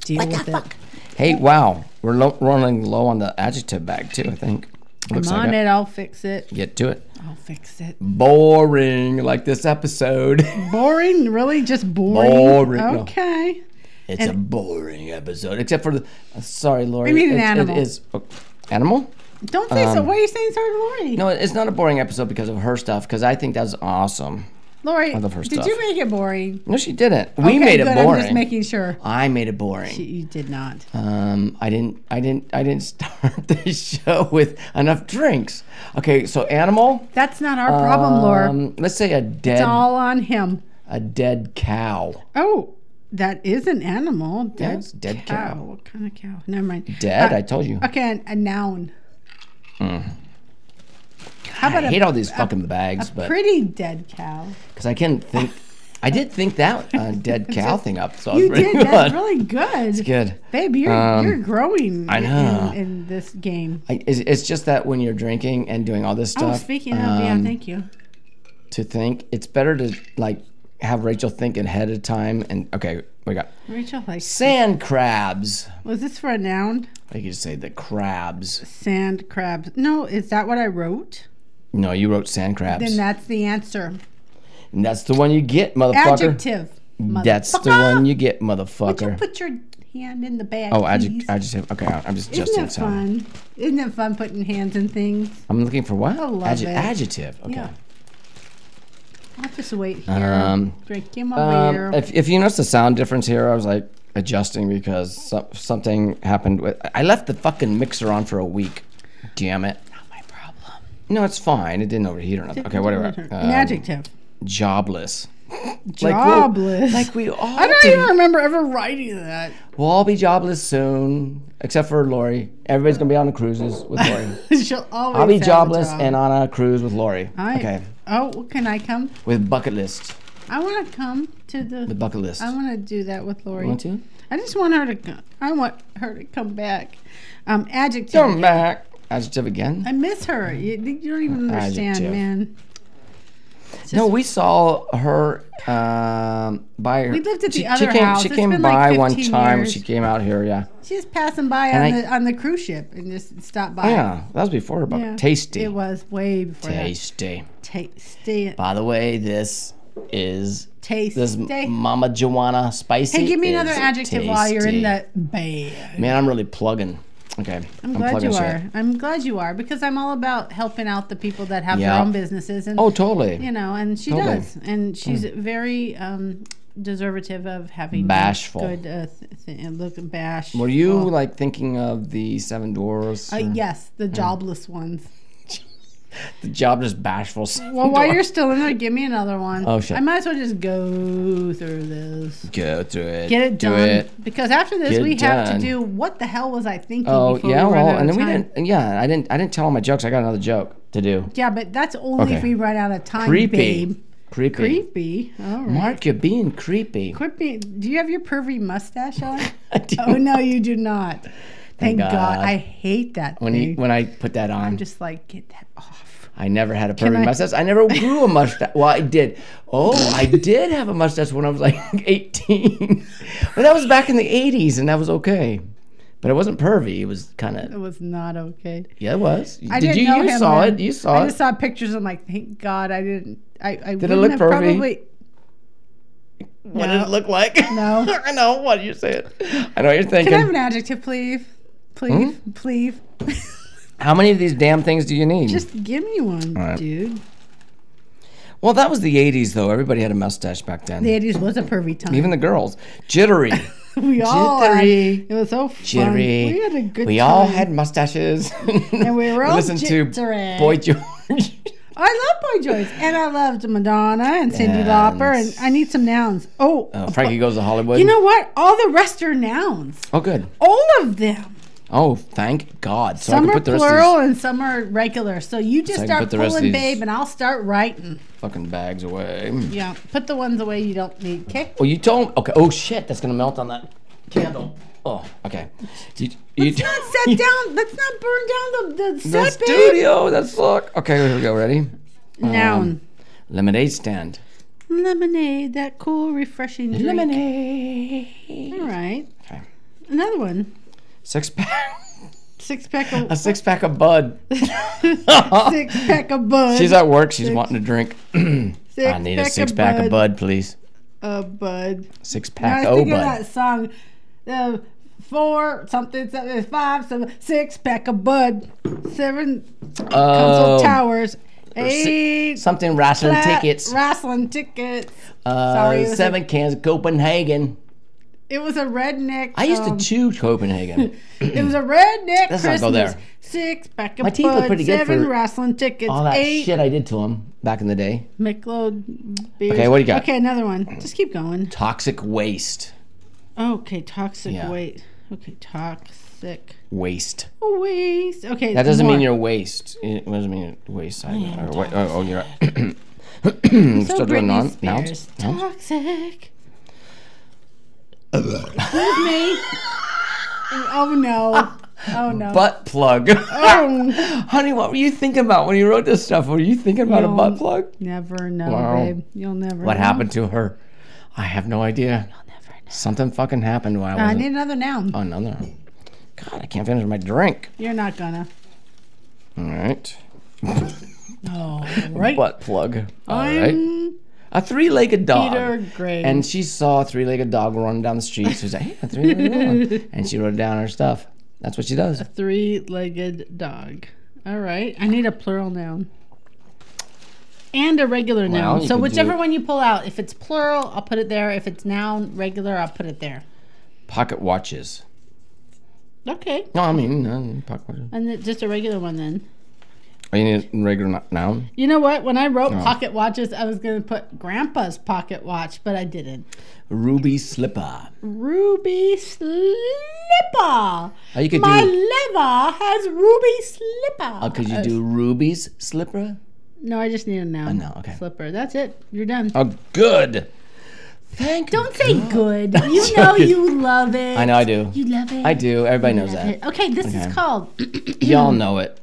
Speaker 8: Deal with it.
Speaker 7: Hey, wow, we're lo- running low on the adjective bag too. I think.
Speaker 8: I'm
Speaker 7: Looks
Speaker 8: on
Speaker 7: like
Speaker 8: it. I'll fix it.
Speaker 7: Get to it.
Speaker 8: I'll fix it.
Speaker 7: Boring, like this episode.
Speaker 8: Boring, really? Just boring.
Speaker 7: Boring, no.
Speaker 8: Okay.
Speaker 7: it's a boring episode, except for the. uh, sorry, Lori.
Speaker 8: I mean an
Speaker 7: it's-
Speaker 8: animal.
Speaker 7: It is oh, animal.
Speaker 8: Don't say so.
Speaker 7: Um,
Speaker 8: Why are you saying sorry, to Lori?
Speaker 7: No, it's not a boring episode because of her stuff. Because I think that's awesome.
Speaker 8: Lori,
Speaker 7: I love her
Speaker 8: did
Speaker 7: stuff.
Speaker 8: you make it boring?
Speaker 7: No, she didn't. We
Speaker 8: Okay,
Speaker 7: made
Speaker 8: good.
Speaker 7: it boring.
Speaker 8: I'm just making sure.
Speaker 7: I made it boring.
Speaker 8: You did not.
Speaker 7: Um, I didn't, I didn't, I didn't start the show with enough drinks. Okay, so animal.
Speaker 8: That's not our problem, Laura.
Speaker 7: Um, let's say a
Speaker 8: It's
Speaker 7: dead,
Speaker 8: all on him.
Speaker 7: a dead cow.
Speaker 8: Oh, that is an animal. Dead,
Speaker 7: it's dead cow.
Speaker 8: cow. What kind of cow? Never mind.
Speaker 7: Dead.
Speaker 8: Uh,
Speaker 7: I told you.
Speaker 8: Okay, an- a noun. How about
Speaker 7: I
Speaker 8: a
Speaker 7: hate all these fucking bags, but
Speaker 8: pretty dead cow?
Speaker 7: because I can think, I did think that uh, dead cow thing up. So I was
Speaker 8: You
Speaker 7: pretty
Speaker 8: did.
Speaker 7: good.
Speaker 8: That's really good.
Speaker 7: It's good.
Speaker 8: Babe, you're,
Speaker 7: Um,
Speaker 8: you're growing
Speaker 7: I know.
Speaker 8: In, in this game.
Speaker 7: I, it's, it's just that when you're drinking and doing all this
Speaker 8: Oh,
Speaker 7: stuff.
Speaker 8: speaking of, yeah,
Speaker 7: um,
Speaker 8: thank you.
Speaker 7: To think, it's better to like have Rachel think ahead of time. And okay, we got
Speaker 8: Rachel, like,
Speaker 7: sand crabs.
Speaker 8: was this for a noun?
Speaker 7: I could say the crabs.
Speaker 8: Sand crabs. No, is that what I wrote?
Speaker 7: No, you wrote sand crabs.
Speaker 8: Then that's the answer.
Speaker 7: And that's the one you get, motherfucker.
Speaker 8: Adjective.
Speaker 7: That's the
Speaker 8: motherfucker.
Speaker 7: one you get,
Speaker 8: Would you
Speaker 7: motherfucker.
Speaker 8: put your hand in the bag?
Speaker 7: oh, adjective.
Speaker 8: please?
Speaker 7: adjective. Okay, I'm I'm just
Speaker 8: Isn't
Speaker 7: adjusting.
Speaker 8: it
Speaker 7: so-
Speaker 8: fun? Isn't it fun putting hands in things?
Speaker 7: I'm looking for what?
Speaker 8: I love
Speaker 7: Adje-
Speaker 8: it.
Speaker 7: Adjective. Okay.
Speaker 8: Yeah. I'll just wait here.
Speaker 7: Um,
Speaker 8: Drinking my
Speaker 7: um,
Speaker 8: beer.
Speaker 7: if, if you notice the sound difference here, I was like adjusting because so, something happened with. I left the fucking mixer on for a week. Damn it.
Speaker 8: Not my problem.
Speaker 7: No, it's fine. It didn't overheat or nothing. Okay, whatever.
Speaker 8: An
Speaker 7: Um,
Speaker 8: adjective.
Speaker 7: jobless. Like we'll-
Speaker 8: Jobless.
Speaker 7: Like we all.
Speaker 8: I don't
Speaker 7: do.
Speaker 8: even remember ever writing that.
Speaker 7: We'll all be jobless soon, except for Lori. Everybody's gonna be on the cruises with Lori.
Speaker 8: She'll always
Speaker 7: I'll be
Speaker 8: have a
Speaker 7: jobless
Speaker 8: job.
Speaker 7: and on a cruise with Lori.
Speaker 8: I,
Speaker 7: Okay,
Speaker 8: Oh, well, can I come?
Speaker 7: with bucket list.
Speaker 8: I want to come to the.
Speaker 7: With bucket list.
Speaker 8: I want to do that with Lori.
Speaker 7: Want to?
Speaker 8: I just want her to. co- I want her to come back. Um, adjective.
Speaker 7: Come back. Adjective again.
Speaker 8: I miss her. You, you don't even understand,
Speaker 7: Adjective.
Speaker 8: man.
Speaker 7: No, we saw her um, by her.
Speaker 8: We lived at
Speaker 7: she,
Speaker 8: the other
Speaker 7: she came,
Speaker 8: house.
Speaker 7: She
Speaker 8: It's
Speaker 7: came
Speaker 8: been like
Speaker 7: by one
Speaker 8: 15
Speaker 7: time. when
Speaker 8: years.
Speaker 7: She came out here. Yeah,
Speaker 8: She just passing by on
Speaker 7: And I-
Speaker 8: the on the cruise ship and just stopped by.
Speaker 7: yeah. That was before, but
Speaker 8: Yeah.
Speaker 7: tasty.
Speaker 8: It was way before
Speaker 7: tasty.
Speaker 8: that. Tasty.
Speaker 7: By the way, this is
Speaker 8: Tasty.
Speaker 7: this Mama Joanna spicy.
Speaker 8: hey, give
Speaker 7: is
Speaker 8: me another adjective while you're
Speaker 7: tasty.
Speaker 8: in the bag.
Speaker 7: Man, I'm really plugging. Okay, I'm,
Speaker 8: glad
Speaker 7: plugging
Speaker 8: you
Speaker 7: shit.
Speaker 8: are. I'm glad you are because I'm all about helping out the people that have
Speaker 7: Yeah.
Speaker 8: their own businesses and
Speaker 7: Oh, totally.
Speaker 8: you know, and she
Speaker 7: Totally. Mm.
Speaker 8: does, and she's very um, deservative of having
Speaker 7: Bashful.
Speaker 8: good uh, th- th- and look bash.
Speaker 7: Were you Mm. like thinking of the Seven Doors?
Speaker 8: Uh, yes, the jobless ones.
Speaker 7: the job just bashful. Seven
Speaker 8: Well, while
Speaker 7: Doors?
Speaker 8: you're still in there, give me another one.
Speaker 7: Oh, shit.
Speaker 8: I might as well just go through this.
Speaker 7: go through it.
Speaker 8: Get it
Speaker 7: do
Speaker 8: done.
Speaker 7: It.
Speaker 8: Because after this,
Speaker 7: Get it
Speaker 8: we have
Speaker 7: done.
Speaker 8: to do what the hell was I thinking?
Speaker 7: Oh
Speaker 8: before
Speaker 7: yeah,
Speaker 8: we run
Speaker 7: well,
Speaker 8: out of
Speaker 7: and then we
Speaker 8: time?
Speaker 7: didn't. and Yeah, I didn't. I didn't tell all my jokes. I got another joke to do.
Speaker 8: Yeah, but that's only if
Speaker 7: Okay.
Speaker 8: we run out of time,
Speaker 7: Creepy.
Speaker 8: babe.
Speaker 7: Creepy.
Speaker 8: Creepy. All right.
Speaker 7: Mark, you're being creepy.
Speaker 8: Creepy. Do you have your pervy mustache on?
Speaker 7: I do.
Speaker 8: Oh no, you do not. Thank God.
Speaker 7: God.
Speaker 8: I hate that
Speaker 7: When
Speaker 8: thing.
Speaker 7: you, when I put that on,
Speaker 8: I'm just like, get that off.
Speaker 7: I never had a pervy
Speaker 8: I-
Speaker 7: mustache. I never grew a mustache. Well, I did. Oh, I did have a mustache when I was like 18. but that was back in the 80s, and that was okay. But it wasn't pervy. It was kind
Speaker 8: It
Speaker 7: of
Speaker 8: was not okay.
Speaker 7: yeah. It was.
Speaker 8: I
Speaker 7: did
Speaker 8: didn't
Speaker 7: you?
Speaker 8: know
Speaker 7: you
Speaker 8: him
Speaker 7: saw
Speaker 8: then.
Speaker 7: it. You saw
Speaker 8: I
Speaker 7: it.
Speaker 8: just saw pictures. I'm like, thank God I didn't. I, I
Speaker 7: it
Speaker 8: wouldn't
Speaker 7: look
Speaker 8: have
Speaker 7: pervy?
Speaker 8: Probably,
Speaker 7: What did it
Speaker 8: No.
Speaker 7: look like?
Speaker 8: No.
Speaker 7: I know. What did you say? It. I know what you're thinking.
Speaker 8: can I have an adjective, please? Please,
Speaker 7: Hmm?
Speaker 8: please.
Speaker 7: How many of these damn things do you need?
Speaker 8: Just give me one,
Speaker 7: right.
Speaker 8: dude.
Speaker 7: well, that was the 80s, though. Everybody had a mustache back then.
Speaker 8: The 80s was a pervy time.
Speaker 7: Even the girls. Jittery.
Speaker 8: we all had,
Speaker 7: jittery.
Speaker 8: It was so fun.
Speaker 7: Jittery.
Speaker 8: We had a good
Speaker 7: We
Speaker 8: time.
Speaker 7: all had mustaches. And
Speaker 8: we were all
Speaker 7: listened
Speaker 8: jittery.
Speaker 7: to Boy George.
Speaker 8: I love Boy Joyce. And I loved Madonna and Cindy
Speaker 7: And-
Speaker 8: Lauper. And I need some nouns. Oh,
Speaker 7: Uh, Frankie goes to Hollywood.
Speaker 8: you know what? All the rest are nouns.
Speaker 7: Oh, good.
Speaker 8: All of them.
Speaker 7: Oh, thank God. So I
Speaker 8: some
Speaker 7: can
Speaker 8: are
Speaker 7: put the rest
Speaker 8: plural
Speaker 7: of
Speaker 8: and some are regular. So you just
Speaker 7: I can put
Speaker 8: start
Speaker 7: the rest of
Speaker 8: pulling,
Speaker 7: these-
Speaker 8: babe, and I'll start writing.
Speaker 7: these fucking bags away.
Speaker 8: Yeah, put the ones away you don't need. Okay.
Speaker 7: Well, you told. Okay. Oh shit, that's gonna melt on that candle. Oh, okay. You, you,
Speaker 8: Let's not set down. Let's not burn down the the
Speaker 7: the
Speaker 8: set, babe.
Speaker 7: studio. That's look. Okay, here we go. Ready? Um,
Speaker 8: Noun.
Speaker 7: Lemonade stand.
Speaker 8: Lemonade, that cool, refreshing drink.
Speaker 7: Lemonade.
Speaker 8: All right.
Speaker 7: Okay.
Speaker 8: Another one.
Speaker 7: Six pack.
Speaker 8: Six pack of
Speaker 7: A six pack of Bud.
Speaker 8: six pack of bud.
Speaker 7: She's at work. She's wanting a drink.
Speaker 8: six
Speaker 7: I need a six pack of Bud, please.
Speaker 8: A bud.
Speaker 7: Six
Speaker 8: I
Speaker 7: pack
Speaker 8: was
Speaker 7: of
Speaker 8: thinking of
Speaker 7: Bud.
Speaker 8: that song. Uh, four something something five seven six pack of bud. Seven console
Speaker 7: Oh,
Speaker 8: towers. Eight
Speaker 7: something rattling
Speaker 8: flat
Speaker 7: tickets.
Speaker 8: Wrestling tickets.
Speaker 7: Uh,
Speaker 8: Sorry, it was
Speaker 7: seven cans of Copenhagen.
Speaker 8: It was a redneck.
Speaker 7: I used
Speaker 8: um,
Speaker 7: to chew Copenhagen.
Speaker 8: It was a
Speaker 7: Hmm.
Speaker 8: redneck
Speaker 7: Let's not
Speaker 8: Christmas.
Speaker 7: go there.
Speaker 8: Six pack of
Speaker 7: My teeth look
Speaker 8: bud,
Speaker 7: pretty good
Speaker 8: seven
Speaker 7: for
Speaker 8: wrestling tickets,
Speaker 7: All that
Speaker 8: eight
Speaker 7: shit I did to him back in the day.
Speaker 8: Michelob beers.
Speaker 7: Okay, what do you got?
Speaker 8: Okay, another one. Just keep going.
Speaker 7: Toxic waste.
Speaker 8: Okay, toxic
Speaker 7: Yeah.
Speaker 8: weight. Okay, toxic
Speaker 7: Waste.
Speaker 8: waste. Okay,
Speaker 7: That doesn't mean
Speaker 8: more.
Speaker 7: you're waste. It doesn't mean you're waste. I or wa- oh, oh, you're right.
Speaker 8: so
Speaker 7: still doing
Speaker 8: Britney
Speaker 7: nouns-
Speaker 8: Spears.
Speaker 7: nouns- nouns?
Speaker 8: Toxic. Excuse me. Oh no. Oh no.
Speaker 7: butt plug.
Speaker 8: Oh.
Speaker 7: Honey, what were you thinking about when you wrote this stuff? Were you thinking about a
Speaker 8: No.
Speaker 7: butt plug?
Speaker 8: never know,
Speaker 7: Wow.
Speaker 8: babe. You'll never.
Speaker 7: What
Speaker 8: know.
Speaker 7: happened to her? I have no idea. Something fucking happened when I
Speaker 8: I
Speaker 7: was
Speaker 8: need another noun.
Speaker 7: oh, another. one. God, I can't finish my drink.
Speaker 8: Uh, You're not gonna.
Speaker 7: All right.
Speaker 8: Oh, right.
Speaker 7: Butt plug. All right.
Speaker 8: I'm
Speaker 7: A three-legged dog.
Speaker 8: Peter Gray.
Speaker 7: And she saw a three legged dog running down the street. She was like, hey, a three legged dog. And she wrote down her stuff. That's what she does.
Speaker 8: three-legged dog. All right. I need a plural noun. And a regular
Speaker 7: you
Speaker 8: noun. So
Speaker 7: could
Speaker 8: whichever
Speaker 7: do-
Speaker 8: one you pull out, if it's plural, I'll put it there. If it's noun, regular, I'll put it there.
Speaker 7: Pocket watches.
Speaker 8: Okay.
Speaker 7: No, I mean, uh, pocket watches.
Speaker 8: And th- just a regular one then.
Speaker 7: Are you need a regular no- noun?
Speaker 8: You know what? When I wrote pocket watches, I was going to put grandpa's pocket watch, but I didn't.
Speaker 7: Ruby slipper.
Speaker 8: Ruby slipper.
Speaker 7: Oh, you could
Speaker 8: My
Speaker 7: do-
Speaker 8: lever has ruby slipper.
Speaker 7: Oh, could you do Ruby's slipper?
Speaker 8: No, I just need a noun.
Speaker 7: no, okay.
Speaker 8: Slipper. That's it. You're done.
Speaker 7: Oh, good. Thank
Speaker 8: Don't say good. You know
Speaker 7: joking.
Speaker 8: you love it.
Speaker 7: I know I do.
Speaker 8: You love it.
Speaker 7: I do. Everybody knows
Speaker 8: Love
Speaker 7: that.
Speaker 8: it. Okay, this
Speaker 7: Okay.
Speaker 8: is called.
Speaker 7: Y'all know it.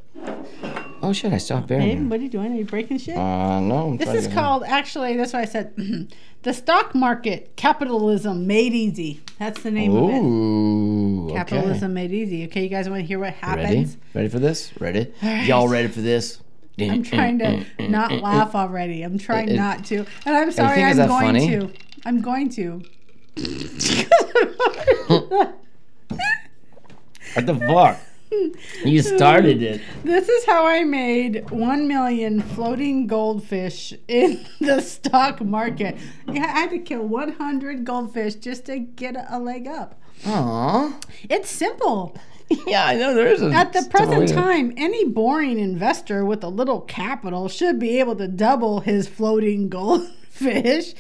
Speaker 7: Oh shit! I stopped
Speaker 8: Hey,
Speaker 7: bearing.
Speaker 8: what are you doing? Are you breaking shit?
Speaker 7: Uh, no. I'm
Speaker 8: This
Speaker 7: trying
Speaker 8: is
Speaker 7: to-
Speaker 8: called, actually, that's why I said the stock market capitalism made easy. That's the name of it.
Speaker 7: Ooh. okay.
Speaker 8: Capitalism made easy. Okay, you guys want to hear what
Speaker 7: Ready?
Speaker 8: happens?
Speaker 7: Ready for this? Ready? Y'all ready for this?
Speaker 8: I'm trying to not laugh already. I'm trying
Speaker 7: it-
Speaker 8: not to. And I'm sorry,
Speaker 7: think
Speaker 8: I'm
Speaker 7: is
Speaker 8: going
Speaker 7: that funny?
Speaker 8: to. I'm going to.
Speaker 7: What the fuck? You started it.
Speaker 8: This is how I made 1 million floating goldfish in the stock market. Yeah, I had to kill 100 goldfish just to get a leg up.
Speaker 7: Aw.
Speaker 8: It's simple.
Speaker 7: Yeah, I know there is a.
Speaker 8: At the
Speaker 7: it's
Speaker 8: present
Speaker 7: totally-
Speaker 8: time, any boring investor with a little capital should be able to double his floating goldfish in a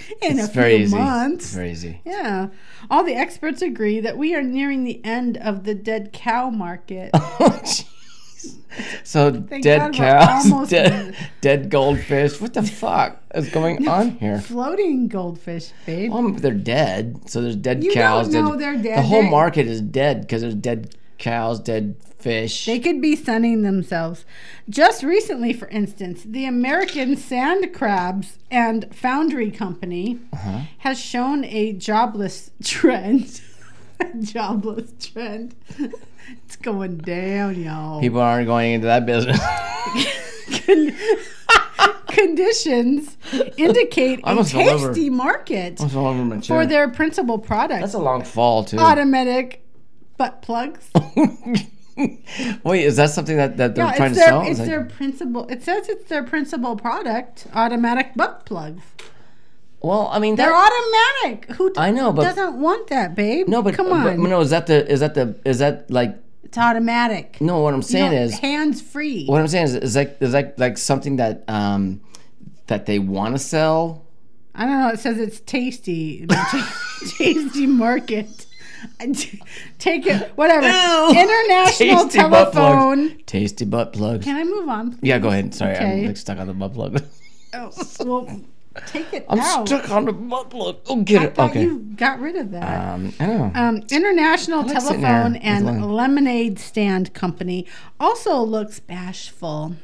Speaker 7: it's
Speaker 8: few
Speaker 7: very easy.
Speaker 8: months.
Speaker 7: It's very easy.
Speaker 8: yeah. All the experts agree that we are nearing the end of the dead cow market.
Speaker 7: Oh, jeez. So dead
Speaker 8: God we're
Speaker 7: cows,
Speaker 8: almost
Speaker 7: dead,
Speaker 8: done.
Speaker 7: dead goldfish. What the fuck is going on here?
Speaker 8: floating goldfish, babe.
Speaker 7: Well, they're dead. So there's dead
Speaker 8: You don't
Speaker 7: cows. dead-
Speaker 8: know they're dead.
Speaker 7: The whole
Speaker 8: They-
Speaker 7: market is dead because there's dead cows, dead fish.
Speaker 8: They could be sunning themselves. Just recently, for instance, the American Sand Crabs and Foundry Company
Speaker 7: Uh-huh.
Speaker 8: has shown a jobless trend. jobless trend. it's going down, y'all.
Speaker 7: People aren't going into that business.
Speaker 8: Con- conditions indicate a
Speaker 7: almost fell over.
Speaker 8: tasty market
Speaker 7: It's all over my chair.
Speaker 8: for their principal products.
Speaker 7: That's a long fall too.
Speaker 8: automatic butt plugs.
Speaker 7: Wait, is that something that, that they're
Speaker 8: Yeah,
Speaker 7: trying
Speaker 8: it's
Speaker 7: to
Speaker 8: their
Speaker 7: sell? Is
Speaker 8: it's
Speaker 7: that-
Speaker 8: their principal. It says it's their principal product, automatic butt plugs.
Speaker 7: well, I mean,
Speaker 8: They're
Speaker 7: that-
Speaker 8: automatic. Who d-
Speaker 7: I know, but-
Speaker 8: doesn't want that, babe?
Speaker 7: no, but
Speaker 8: come
Speaker 7: but-
Speaker 8: on,
Speaker 7: but no, is that the is that the is that like
Speaker 8: it's automatic.
Speaker 7: no? What I'm saying is,
Speaker 8: hands free.
Speaker 7: what I'm saying is, is like is like like something that um that they want to sell.
Speaker 8: I don't know. It says it's tasty, tasty market. I t- Take it, whatever.
Speaker 7: Ew.
Speaker 8: International
Speaker 7: Tasty butt plugs.
Speaker 8: telephone.
Speaker 7: Tasty butt plugs.
Speaker 8: Can I move on?
Speaker 7: Yeah, go ahead. Sorry, I'm
Speaker 8: Okay.
Speaker 7: like stuck on the butt plug.
Speaker 8: Oh, well, take it
Speaker 7: I'm
Speaker 8: out.
Speaker 7: stuck on the butt plug. Oh, get
Speaker 8: I
Speaker 7: it.
Speaker 8: thought
Speaker 7: Okay.
Speaker 8: you got rid of that.
Speaker 7: Um, I don't know.
Speaker 8: Um, International
Speaker 7: like sitting there
Speaker 8: Telephone
Speaker 7: with
Speaker 8: and
Speaker 7: Lynn.
Speaker 8: Lemonade Stand Company also looks bashful.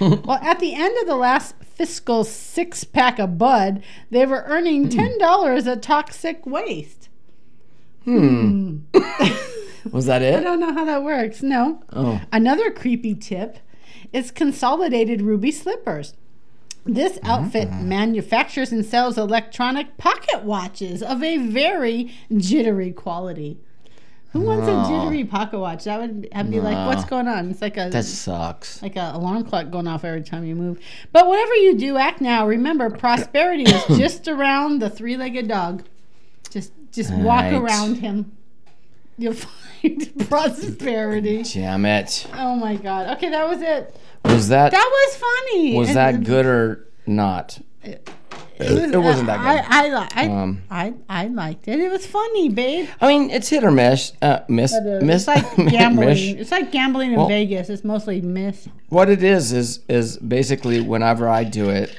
Speaker 8: well, at the end of the last fiscal six pack of Bud, they were
Speaker 7: Hmm.
Speaker 8: earning $10 at toxic waste.
Speaker 7: Was that
Speaker 8: Um, I
Speaker 7: it?
Speaker 8: don't know how that works. No.
Speaker 7: Oh.
Speaker 8: Another creepy tip is consolidated ruby slippers. This outfit manufactures and sells electronic pocket watches of a very jittery quality. Who wants a jittery pocket watch? That would I'd
Speaker 7: Mm.
Speaker 8: be like, what's going on? It's like a
Speaker 7: That sucks.
Speaker 8: like an alarm clock going off every time you move. But whatever you do, act now. Remember, prosperity is just around the three-legged dog. Just just walk
Speaker 7: Right.
Speaker 8: around him. You'll find prosperity.
Speaker 7: Damn it.
Speaker 8: Oh my god. Okay, that was it.
Speaker 7: Was that
Speaker 8: That was funny.
Speaker 7: was
Speaker 8: And
Speaker 7: that good or not?
Speaker 8: was-
Speaker 7: It wasn't that good.
Speaker 8: I I, li- I,
Speaker 7: Um,
Speaker 8: I I liked it. It was funny, babe.
Speaker 7: I mean, it's hit or miss. Uh, miss, miss,
Speaker 8: it's like
Speaker 7: miss.
Speaker 8: gambling. It's like gambling in
Speaker 7: Well-
Speaker 8: Vegas. It's mostly miss.
Speaker 7: What it is is is basically whenever I do it,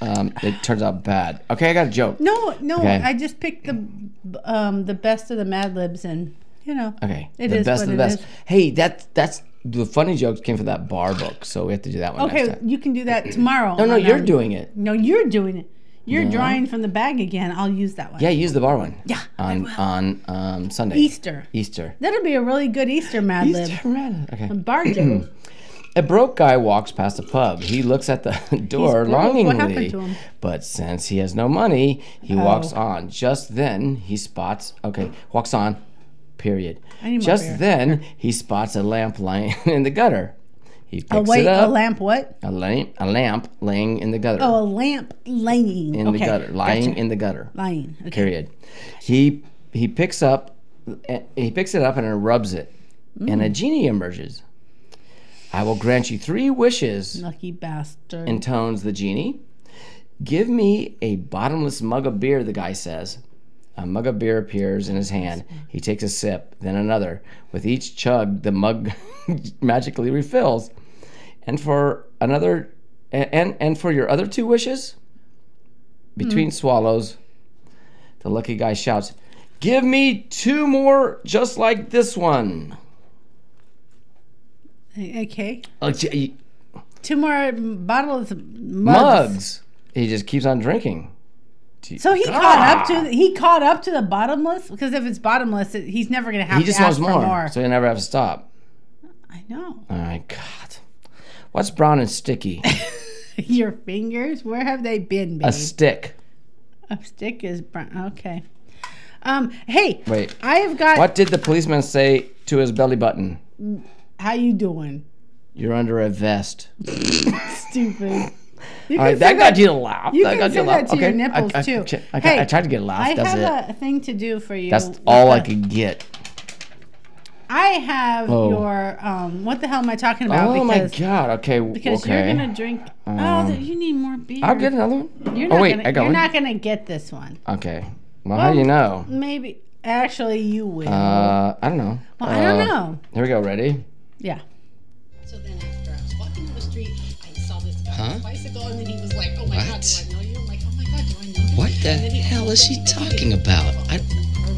Speaker 7: um, it turns out bad. Okay, I got a joke.
Speaker 8: No, no.
Speaker 7: Okay.
Speaker 8: I just picked the um the best of the Mad Libs, and you know.
Speaker 7: Okay,
Speaker 8: It
Speaker 7: the
Speaker 8: is
Speaker 7: best
Speaker 8: what
Speaker 7: of the
Speaker 8: it
Speaker 7: best.
Speaker 8: is.
Speaker 7: Hey, that's that's the funny jokes came from that bar book, so we have to do that one
Speaker 8: Okay, um,
Speaker 7: next time.
Speaker 8: you can do that tomorrow.
Speaker 7: No, no, you're doing it.
Speaker 8: No, you're doing it. You're drawing from the bag again. I'll use that one.
Speaker 7: Yeah, use the bar one.
Speaker 8: Yeah, I
Speaker 7: on on um, Sunday.
Speaker 8: Easter.
Speaker 7: Easter.
Speaker 8: That'll be a really good Easter Mad Lib.
Speaker 7: Easter. man. Okay.
Speaker 8: Bar joke.
Speaker 7: A broke guy walks past a pub. He looks at the door
Speaker 8: broke. What
Speaker 7: longingly.
Speaker 8: happened to him? Oh.
Speaker 7: But since he has no money, he walks on. Just then, he spots. Okay, walks on. Period.
Speaker 8: need more
Speaker 7: Just
Speaker 8: beer.
Speaker 7: then, he spots a lamp lying in the gutter. He picks
Speaker 8: Oh, wait,
Speaker 7: it
Speaker 8: a
Speaker 7: up.
Speaker 8: lamp what?
Speaker 7: A lamp. A lamp laying in the gutter.
Speaker 8: Oh, a lamp laying.
Speaker 7: in
Speaker 8: okay.
Speaker 7: the gutter. Lying
Speaker 8: Gotcha.
Speaker 7: in the gutter.
Speaker 8: Lying. Okay.
Speaker 7: Period. He he picks
Speaker 8: Mm.
Speaker 7: up. He picks it up and rubs it, and a genie emerges. I will grant you three wishes,
Speaker 8: Lucky bastard.
Speaker 7: intones the genie. Give me a bottomless mug of beer, the guy says. A mug of beer appears in his hand. He takes a sip, then another. With each chug, the mug magically refills. And for another, and and for your other two wishes, between
Speaker 8: Mm.
Speaker 7: swallows, the lucky guy shouts, "Give me two more, just like this one."
Speaker 8: okay.
Speaker 7: Oh, gee,
Speaker 8: Two more bottles of mugs.
Speaker 7: Mugs. He just keeps on drinking. Gee,
Speaker 8: So he caught up to he caught up to the bottomless because if it's bottomless, it, he's never gonna have
Speaker 7: he just
Speaker 8: to
Speaker 7: wants
Speaker 8: ask
Speaker 7: more,
Speaker 8: for more.
Speaker 7: so you never have to stop.
Speaker 8: I know
Speaker 7: All right, God. What's brown and sticky?
Speaker 8: your fingers. Where have they been, babe?
Speaker 7: A stick. Uh,
Speaker 8: A stick is brown. Okay. Um. Hey.
Speaker 7: Wait.
Speaker 8: I have got.
Speaker 7: What did the policeman say to his belly button?
Speaker 8: How you doing?
Speaker 7: You're under a vest.
Speaker 8: Stupid. You
Speaker 7: All right,
Speaker 8: can
Speaker 7: that
Speaker 8: say
Speaker 7: got you to laugh.
Speaker 8: you
Speaker 7: that
Speaker 8: can
Speaker 7: got
Speaker 8: say
Speaker 7: you to laugh.
Speaker 8: that to your
Speaker 7: okay.
Speaker 8: nipples,
Speaker 7: I, I,
Speaker 8: too.
Speaker 7: ch- I,
Speaker 8: Hey,
Speaker 7: I tried to get a laugh.
Speaker 8: I
Speaker 7: That's it.
Speaker 8: have a thing to do for you.
Speaker 7: That's all I
Speaker 8: Uh,
Speaker 7: could get.
Speaker 8: I have
Speaker 7: Oh.
Speaker 8: your um. What the hell am I talking about?
Speaker 7: Oh my
Speaker 8: because,
Speaker 7: God. Okay. w-
Speaker 8: Because
Speaker 7: okay. Um,
Speaker 8: you're gonna drink. oh, th- you need more beer.
Speaker 7: I'll get another one.
Speaker 8: You're
Speaker 7: oh
Speaker 8: not
Speaker 7: wait,
Speaker 8: gonna,
Speaker 7: I got
Speaker 8: you're
Speaker 7: one.
Speaker 8: not gonna get this one.
Speaker 7: Okay. Well, how do you know?
Speaker 8: Maybe actually you will.
Speaker 7: Uh, I don't know.
Speaker 8: well, I don't
Speaker 7: Uh,
Speaker 8: know.
Speaker 7: Here we go. Ready?
Speaker 8: Yeah.
Speaker 4: So then after I was walking down the street, I saw this guy on
Speaker 9: Huh?
Speaker 4: a bicycle, and then he was like, "Oh my god,
Speaker 9: What?
Speaker 4: do I know you?" I'm like, "Oh my god, do I know you?"
Speaker 9: What the
Speaker 4: And then he-
Speaker 9: hell is she talking about? I,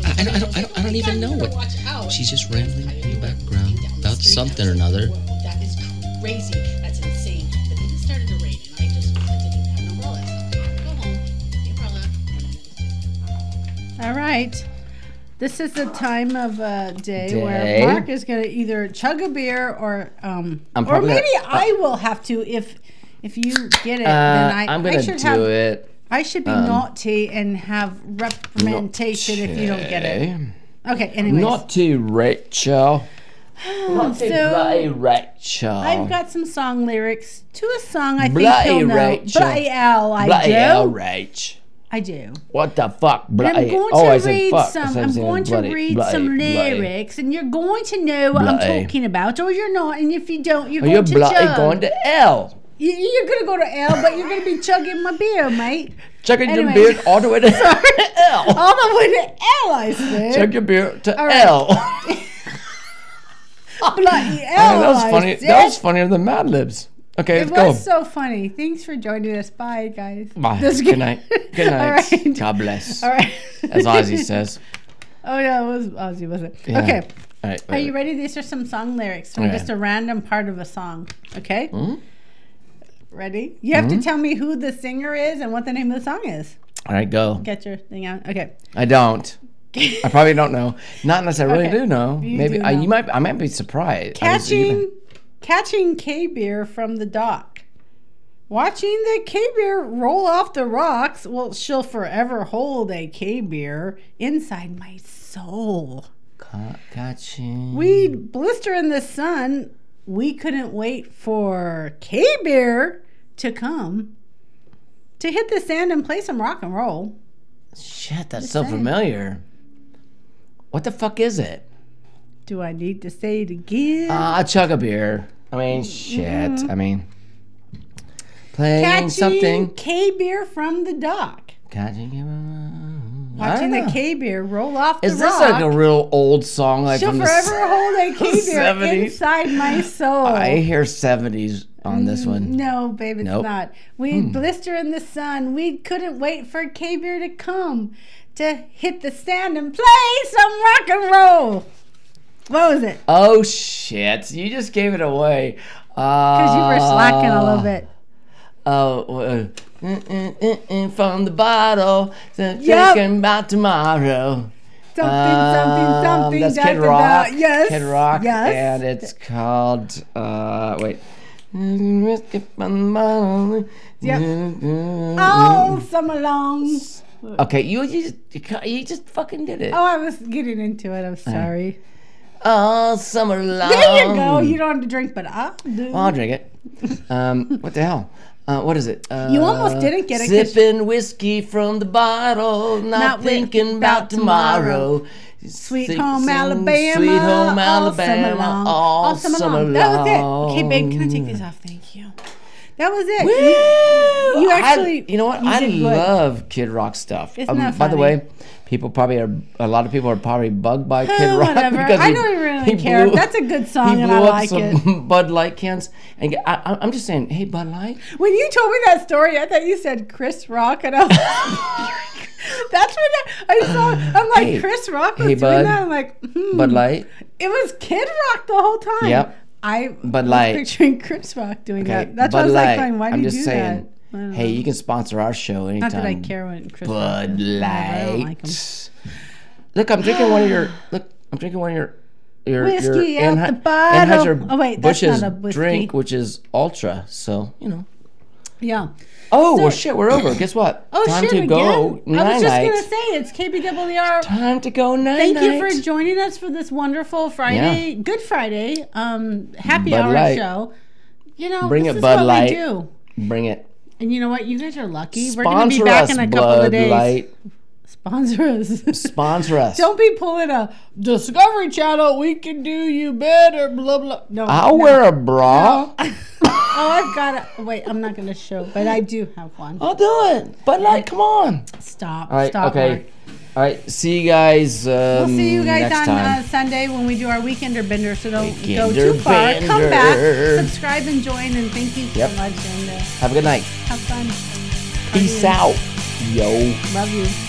Speaker 9: I, I, don't- I, don't, I, don't, I don't even know what.
Speaker 4: Watch out!
Speaker 9: She's just rambling in the background about something or another.
Speaker 4: Whoa, that is crazy. That's insane. But then it started to rain, and I just I didn't have an umbrella. So I had to go home, get an umbrella, and then
Speaker 8: All right. This is the time of uh, day,
Speaker 7: Day.
Speaker 8: where Mark is gonna either chug a beer or um
Speaker 7: I'm
Speaker 8: or
Speaker 7: probably
Speaker 8: maybe
Speaker 7: gonna-
Speaker 8: I will have to if if you get
Speaker 7: Uh,
Speaker 8: it then I,
Speaker 7: I'm
Speaker 8: I
Speaker 7: gonna
Speaker 8: should
Speaker 7: do
Speaker 8: have
Speaker 7: it.
Speaker 8: I should be
Speaker 7: Um,
Speaker 8: naughty and have reprimandation if you don't get it.
Speaker 7: Okay.
Speaker 8: Okay, anyways.
Speaker 7: Not too Rachel. Not too
Speaker 8: so-
Speaker 7: bloody Rachel.
Speaker 8: I've got some song lyrics to a song I think
Speaker 7: Bloody
Speaker 8: he'll know.
Speaker 7: Rachel.
Speaker 8: Bloody hell, I
Speaker 7: bloody
Speaker 8: do.
Speaker 7: hell, Rach.
Speaker 8: I do.
Speaker 7: What the fuck?
Speaker 8: And I'm
Speaker 7: Bloody.
Speaker 8: going
Speaker 7: oh, I
Speaker 8: to
Speaker 7: said
Speaker 8: read
Speaker 7: fuck.
Speaker 8: some.
Speaker 7: I
Speaker 8: I'm
Speaker 7: said
Speaker 8: going to
Speaker 7: bloody,
Speaker 8: read
Speaker 7: bloody,
Speaker 8: some
Speaker 7: bloody.
Speaker 8: lyrics, and you're going to know what I'm
Speaker 7: Bloody.
Speaker 8: talking about, or you're not. And if you don't, you're
Speaker 7: Are
Speaker 8: going
Speaker 7: you
Speaker 8: to
Speaker 7: bloody
Speaker 8: chug.
Speaker 7: going to hell?
Speaker 8: You- you're going to go to L, but you're going to be chugging my beer, mate. Oh,
Speaker 7: Chugging your
Speaker 8: Anyway.
Speaker 7: beard all the way to hell.
Speaker 8: All the way to L, I said.
Speaker 7: Chug your beard to
Speaker 8: right. Oh
Speaker 7: hell.
Speaker 8: Bloody
Speaker 7: Man,
Speaker 8: L,
Speaker 7: that was
Speaker 8: I
Speaker 7: funny.
Speaker 8: said.
Speaker 7: That was funnier than Mad Libs. Okay, let's
Speaker 8: It
Speaker 7: go.
Speaker 8: was so funny. Thanks for joining us. Bye, guys.
Speaker 7: Bye.
Speaker 8: This-
Speaker 7: Good night. Good
Speaker 8: All
Speaker 7: night.
Speaker 8: right.
Speaker 7: God bless.
Speaker 8: All right.
Speaker 7: As Ozzy says.
Speaker 8: Oh, yeah, it was Ozzy, wasn't it?
Speaker 7: Yeah.
Speaker 8: Okay.
Speaker 7: All right.
Speaker 8: Are you ready? These are some song lyrics from
Speaker 7: Okay.
Speaker 8: just a random part of a song. Okay?
Speaker 7: Hmm?
Speaker 8: Ready? You have to tell me who the singer is and what the name of the song is.
Speaker 7: All right, go.
Speaker 8: Get your thing out. Okay.
Speaker 7: I don't. I probably don't know. Not unless I really
Speaker 8: Okay.
Speaker 7: do know.
Speaker 8: You
Speaker 7: Maybe
Speaker 8: do
Speaker 7: I, you
Speaker 8: know.
Speaker 7: might. I might be surprised. I was even-
Speaker 8: Catching catching K beer from the dock. Watching the K beer roll off the rocks. Well, she'll forever hold a K beer inside my soul.
Speaker 7: Ca- catching.
Speaker 8: We'd blister in the sun. We couldn't wait for K Beer to come to hit the sand and play some rock and roll.
Speaker 7: Shit, that's so familiar. What the fuck is it?
Speaker 8: Do I need to say it again?
Speaker 7: Ah, chug a beer. I mean,
Speaker 8: Mm-hmm.
Speaker 7: shit. I mean, playing
Speaker 8: Catching
Speaker 7: something.
Speaker 8: K Beer from the dock.
Speaker 7: Catching. I
Speaker 8: Watching
Speaker 7: don't know.
Speaker 8: the K Beer roll off the
Speaker 7: Is this
Speaker 8: rock.
Speaker 7: like a real old song? Like
Speaker 8: She'll
Speaker 7: from the
Speaker 8: forever hold a K Beer
Speaker 7: 70s.
Speaker 8: inside my soul.
Speaker 7: I hear seventies on
Speaker 8: Mm-hmm.
Speaker 7: this one.
Speaker 8: No, babe, it's
Speaker 7: Nope. Hmm.
Speaker 8: not. We'd blister in the sun. We couldn't wait for K Beer to come to hit the sand and play some rock and roll. What was it?
Speaker 7: Oh shit! You just gave it away.
Speaker 8: Because you were slacking
Speaker 7: Ah.
Speaker 8: a little bit.
Speaker 7: Oh, well, uh, mm, mm, mm, mm, from the bottle, so
Speaker 8: Yep.
Speaker 7: thinking about tomorrow.
Speaker 8: Something,
Speaker 7: Um,
Speaker 8: something, something.
Speaker 7: That's Kid
Speaker 8: da-da-da.
Speaker 7: Rock.
Speaker 8: Yes.
Speaker 7: Kid Rock.
Speaker 8: Yes.
Speaker 7: And it's called. Uh, wait. Yep.
Speaker 8: All
Speaker 7: Mm-hmm.
Speaker 8: summer long.
Speaker 7: Oh. Okay, you, you just you ca- you just fucking did it.
Speaker 8: Oh, I was getting into it. I'm sorry.
Speaker 7: All summer long.
Speaker 8: There you go. You don't have to drink, but I'll do.
Speaker 7: Well, I'll drink it. Um, what the hell? Uh, what is it? Uh,
Speaker 8: You almost didn't get it 'cause-
Speaker 7: Sipping whiskey from the bottle, not,
Speaker 8: Not wi-
Speaker 7: thinking
Speaker 8: about
Speaker 7: about tomorrow.
Speaker 8: Sweet
Speaker 7: Sing-
Speaker 8: home
Speaker 7: sing
Speaker 8: Alabama.
Speaker 7: Sweet home
Speaker 8: All
Speaker 7: Alabama.
Speaker 8: summer long.
Speaker 7: all
Speaker 8: all summer long.
Speaker 7: summer
Speaker 8: That was
Speaker 7: long.
Speaker 8: it. Okay, babe, can I
Speaker 7: mm.
Speaker 8: take these off? Thank you. That was it.
Speaker 7: Woo!
Speaker 8: You
Speaker 7: I-
Speaker 8: actually-
Speaker 7: you know what?
Speaker 8: you
Speaker 7: I
Speaker 8: did good.
Speaker 7: love Kid Rock stuff. Um,
Speaker 8: Isn't that
Speaker 7: By the
Speaker 8: funny?
Speaker 7: way, people probably are. A lot of people are probably bugged by Kid Rock
Speaker 8: whatever.
Speaker 7: because
Speaker 8: I
Speaker 7: he-
Speaker 8: don't really
Speaker 7: he
Speaker 8: care.
Speaker 7: blew-
Speaker 8: That's a good song
Speaker 7: he
Speaker 8: and
Speaker 7: blew
Speaker 8: I
Speaker 7: up
Speaker 8: like
Speaker 7: some Bud Light cans, and I, I, I'm just saying, hey Bud Light,
Speaker 8: When you told me that story, I thought you said Chris Rock, and I was that's what I, I saw. I'm like
Speaker 7: Hey.
Speaker 8: Chris Rock was
Speaker 7: Hey,
Speaker 8: doing
Speaker 7: bud.
Speaker 8: that. I'm like, hmm.
Speaker 7: Bud Light.
Speaker 8: It was Kid Rock the whole time.
Speaker 7: Yep.
Speaker 8: I
Speaker 7: Bud
Speaker 8: was
Speaker 7: Light.
Speaker 8: picturing Chris Rock doing
Speaker 7: Okay,
Speaker 8: that. That's
Speaker 7: Bud
Speaker 8: what I was
Speaker 7: Light.
Speaker 8: like, going, why
Speaker 7: I'm
Speaker 8: did
Speaker 7: just
Speaker 8: you do
Speaker 7: saying,
Speaker 8: that? I don't
Speaker 7: hey,
Speaker 8: know.
Speaker 7: you can sponsor our show anytime.
Speaker 8: not that I care when Chris Rock
Speaker 7: Bud
Speaker 8: does it. Whatever, I don't like him.
Speaker 7: Light. Look, I'm drinking one of your. Look, I'm drinking one of your. Your, your
Speaker 8: Whiskey out
Speaker 7: Anhe-
Speaker 8: the bottle.
Speaker 7: Anheuser
Speaker 8: Oh, wait, that's
Speaker 7: Busch's
Speaker 8: not a whiskey.
Speaker 7: drink, which is Ultra. So you know.
Speaker 8: Yeah.
Speaker 7: Oh well,
Speaker 8: So-
Speaker 7: shit, we're over. Guess what?
Speaker 8: Oh
Speaker 7: Time
Speaker 8: shit!
Speaker 7: to
Speaker 8: again?
Speaker 7: go.
Speaker 8: I was
Speaker 7: Night
Speaker 8: just gonna
Speaker 7: night.
Speaker 8: say it's KBWR
Speaker 7: Time to go night
Speaker 8: Thank
Speaker 7: night.
Speaker 8: you for joining us for this wonderful Friday, Good Friday, um, happy
Speaker 7: Bud
Speaker 8: hour
Speaker 7: Light.
Speaker 8: show. You know,
Speaker 7: Bring
Speaker 8: this
Speaker 7: it,
Speaker 8: is
Speaker 7: Bud
Speaker 8: what
Speaker 7: Light.
Speaker 8: we do.
Speaker 7: Bring it.
Speaker 8: And you know what? You guys are lucky. We're going to be
Speaker 7: Sponsor
Speaker 8: back
Speaker 7: us,
Speaker 8: in a couple of
Speaker 7: Bud
Speaker 8: days.
Speaker 7: Light.
Speaker 8: Sponsor us.
Speaker 7: Sponsor us.
Speaker 8: Don't be pulling a Discovery Channel. We can do you better. Blah blah. No,
Speaker 7: I'll
Speaker 8: no.
Speaker 7: wear a bra.
Speaker 8: Oh, I've got it. Wait, I'm not going to show, but I do have one.
Speaker 7: I'll do it. Bud Light, come on.
Speaker 8: Stop.
Speaker 7: Uh, All right.
Speaker 8: stop.
Speaker 7: okay.
Speaker 8: Mark.
Speaker 7: All right. See you guys. Um,
Speaker 8: We'll see you guys
Speaker 7: next
Speaker 8: on
Speaker 7: time.
Speaker 8: uh, Sunday when we do our weekender bender. So don't go
Speaker 7: Weekender
Speaker 8: too far. Come back,
Speaker 7: bender.
Speaker 8: subscribe, and join. And thank you so
Speaker 7: Yep.
Speaker 8: much. And uh,
Speaker 7: Have a good night.
Speaker 8: have fun.
Speaker 7: Peace
Speaker 8: you.
Speaker 7: out. Yo.
Speaker 8: Love you.